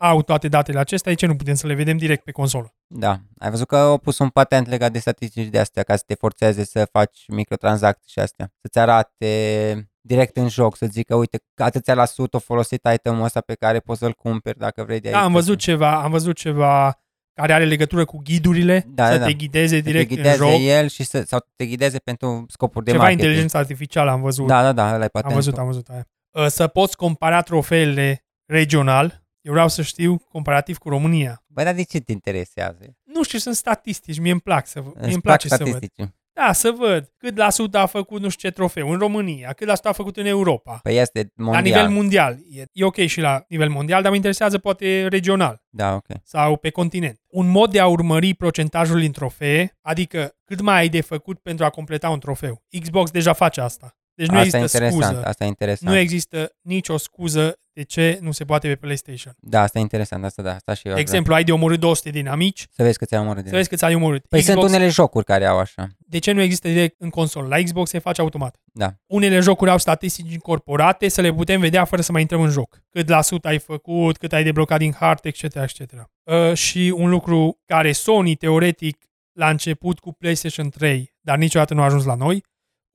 A: Au toate datele acestea, de ce nu putem să le vedem direct pe consolă?
B: Da, ai văzut că au pus un patent legat de statistici de astea ca să te forțeze să faci microtransacții și astea. Să-ți arate direct în joc, să zică, uite, atâția la sută a folosit itemul ăsta pe care poți să-l cumperi dacă vrei de aici.
A: Da, am văzut ceva, am văzut ceva care are legătură cu ghidurile,
B: Da,
A: să
B: da,
A: te
B: da.
A: ghideze
B: Să te
A: direct în
B: ghideze
A: joc.
B: el și să, sau te ghideze pentru scopuri de
A: Ceva
B: marketing.
A: inteligență artificială am văzut.
B: Da, da, da, ăla e
A: Am
B: patentul.
A: văzut, am văzut aia. Uh, Să poți compara trofeele regional. Eu vreau să știu comparativ cu România.
B: Bă, dar de ce te interesează?
A: Nu știu, sunt statistici, mie îmi plac să văd. Mie
B: Îți
A: îmi
B: plac
A: place să văd.
B: statisticii.
A: Da, să văd cât la sută a făcut nu știu ce trofeu în România, cât la sută a făcut în Europa.
B: Păi este mondial.
A: La nivel mondial. E, e ok și la nivel mondial, dar mă interesează poate regional
B: Da, ok.
A: sau pe continent. Un mod de a urmări procentajul din trofee, adică cât mai ai de făcut pentru a completa un trofeu. Xbox deja face asta. Deci nu
B: asta e
A: există
B: interesant,
A: scuză.
B: asta e interesant.
A: Nu există nicio scuză de ce nu se poate pe PlayStation.
B: Da, asta e interesant, asta da, asta și eu
A: De
B: aș vrea.
A: exemplu, ai de omorât 200 din amici,
B: Să vezi că ți-am omorât.
A: să vezi că ți-ai omorât.
B: Păi
A: Xbox,
B: sunt unele jocuri care au așa.
A: De ce nu există direct în consolă? La Xbox se face automat.
B: Da.
A: Unele jocuri au statistici incorporate să le putem vedea fără să mai intrăm în joc. Cât la sută ai făcut, cât ai deblocat din hartă, etc. etc. Uh, și un lucru care Sony, teoretic, la început cu PlayStation 3, dar niciodată nu a ajuns la noi,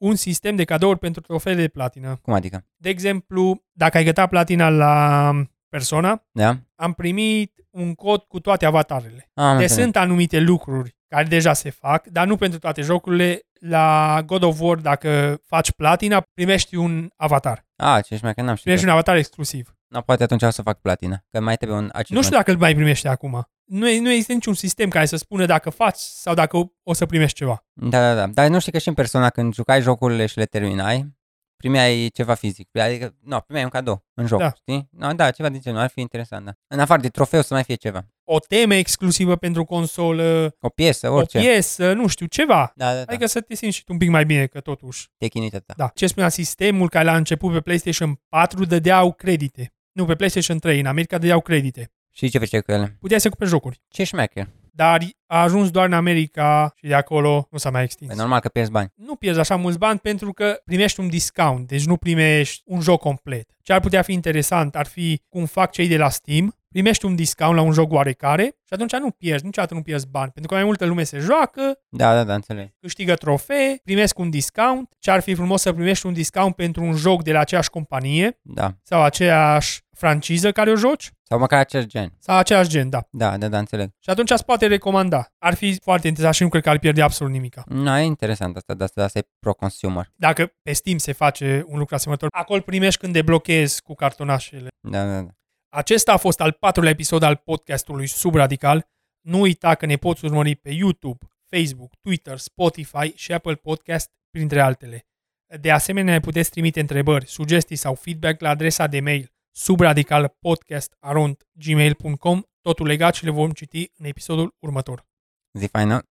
A: un sistem de cadouri pentru trofeele de platină.
B: Cum adică?
A: De exemplu, dacă ai gătat platina la Persona,
B: Da?
A: am primit un cod cu toate avatarele.
B: Am
A: Deci
B: înțeles.
A: sunt anumite lucruri care deja se fac, dar nu pentru toate jocurile. La God of War, dacă faci platina, primești un avatar.
B: A, ce mai că n-am știut.
A: Primești un avatar exclusiv.
B: No, poate atunci o să fac platină, că mai trebuie un achievement.
A: Nu știu dacă îl mai primești acum. Nu, e- nu există niciun sistem care să spună dacă faci sau dacă o- o să primești ceva.
B: Da, da, da. Dar nu știi că și în persona, când jucai jocurile și le terminai, primeai ceva fizic. Adică, nu, primeai un cadou în joc,
A: Da.
B: știi? No, da, ceva din genul, ar fi interesant, da. În afară de trofeu să mai fie ceva.
A: O temă exclusivă pentru consolă,
B: O piesă, orice.
A: o piesă, nu știu, ceva.
B: da, da, da.
A: Adică să te simți și tu un pic mai bine, că totuși.
B: Te chinită, da.
A: Da. Ce spunea sistemul care la început pe PlayStation 4 dădeau credite. Nu, pe PlayStation 3 în America dădeau credite.
B: Și ce făceai cu ele?
A: Puteai să cumperi jocuri.
B: Ce șmecher?
A: Dar a ajuns doar în America și de acolo nu s-a mai extins.
B: E Păi normal că pierzi bani.
A: nu pierzi așa mulți bani pentru că primești un discount, deci nu primești un joc complet. Ce ar putea fi interesant ar fi cum fac cei de la Steam, primești un discount la un joc oarecare și atunci nu pierzi, niciodată nu pierzi bani, pentru că mai multă lume se joacă,
B: Da, da, da, înțeleg.
A: câștigă trofee, primesc un discount, ce ar fi frumos să primești un discount pentru un joc de la aceeași companie
B: Da.
A: sau aceeași franciză care o joci
B: Sau măcar acel gen.
A: sau aceeași gen, da.
B: Da, da, da, înțeleg.
A: Și atunci îți poate recomanda. Ar fi foarte interesant și nu cred că ar pierde absolut nimica.
B: Nu, e interesant asta, dar asta, asta e pro-consumer.
A: dacă pe Steam se face un lucru asemănător, acolo primești când deblochezi cu cartonașele.
B: Da, da, da.
A: Acesta a fost al patrulea episod al podcastului Subradical. Nu uita că ne poți urmări pe YouTube, Facebook, Twitter, Spotify și Apple Podcast, printre altele. De asemenea, ne puteți trimite întrebări, sugestii sau feedback la adresa de mail subradicalpodcast.gmail.com, totul legat și le vom citi în episodul următor.
B: Zi faină.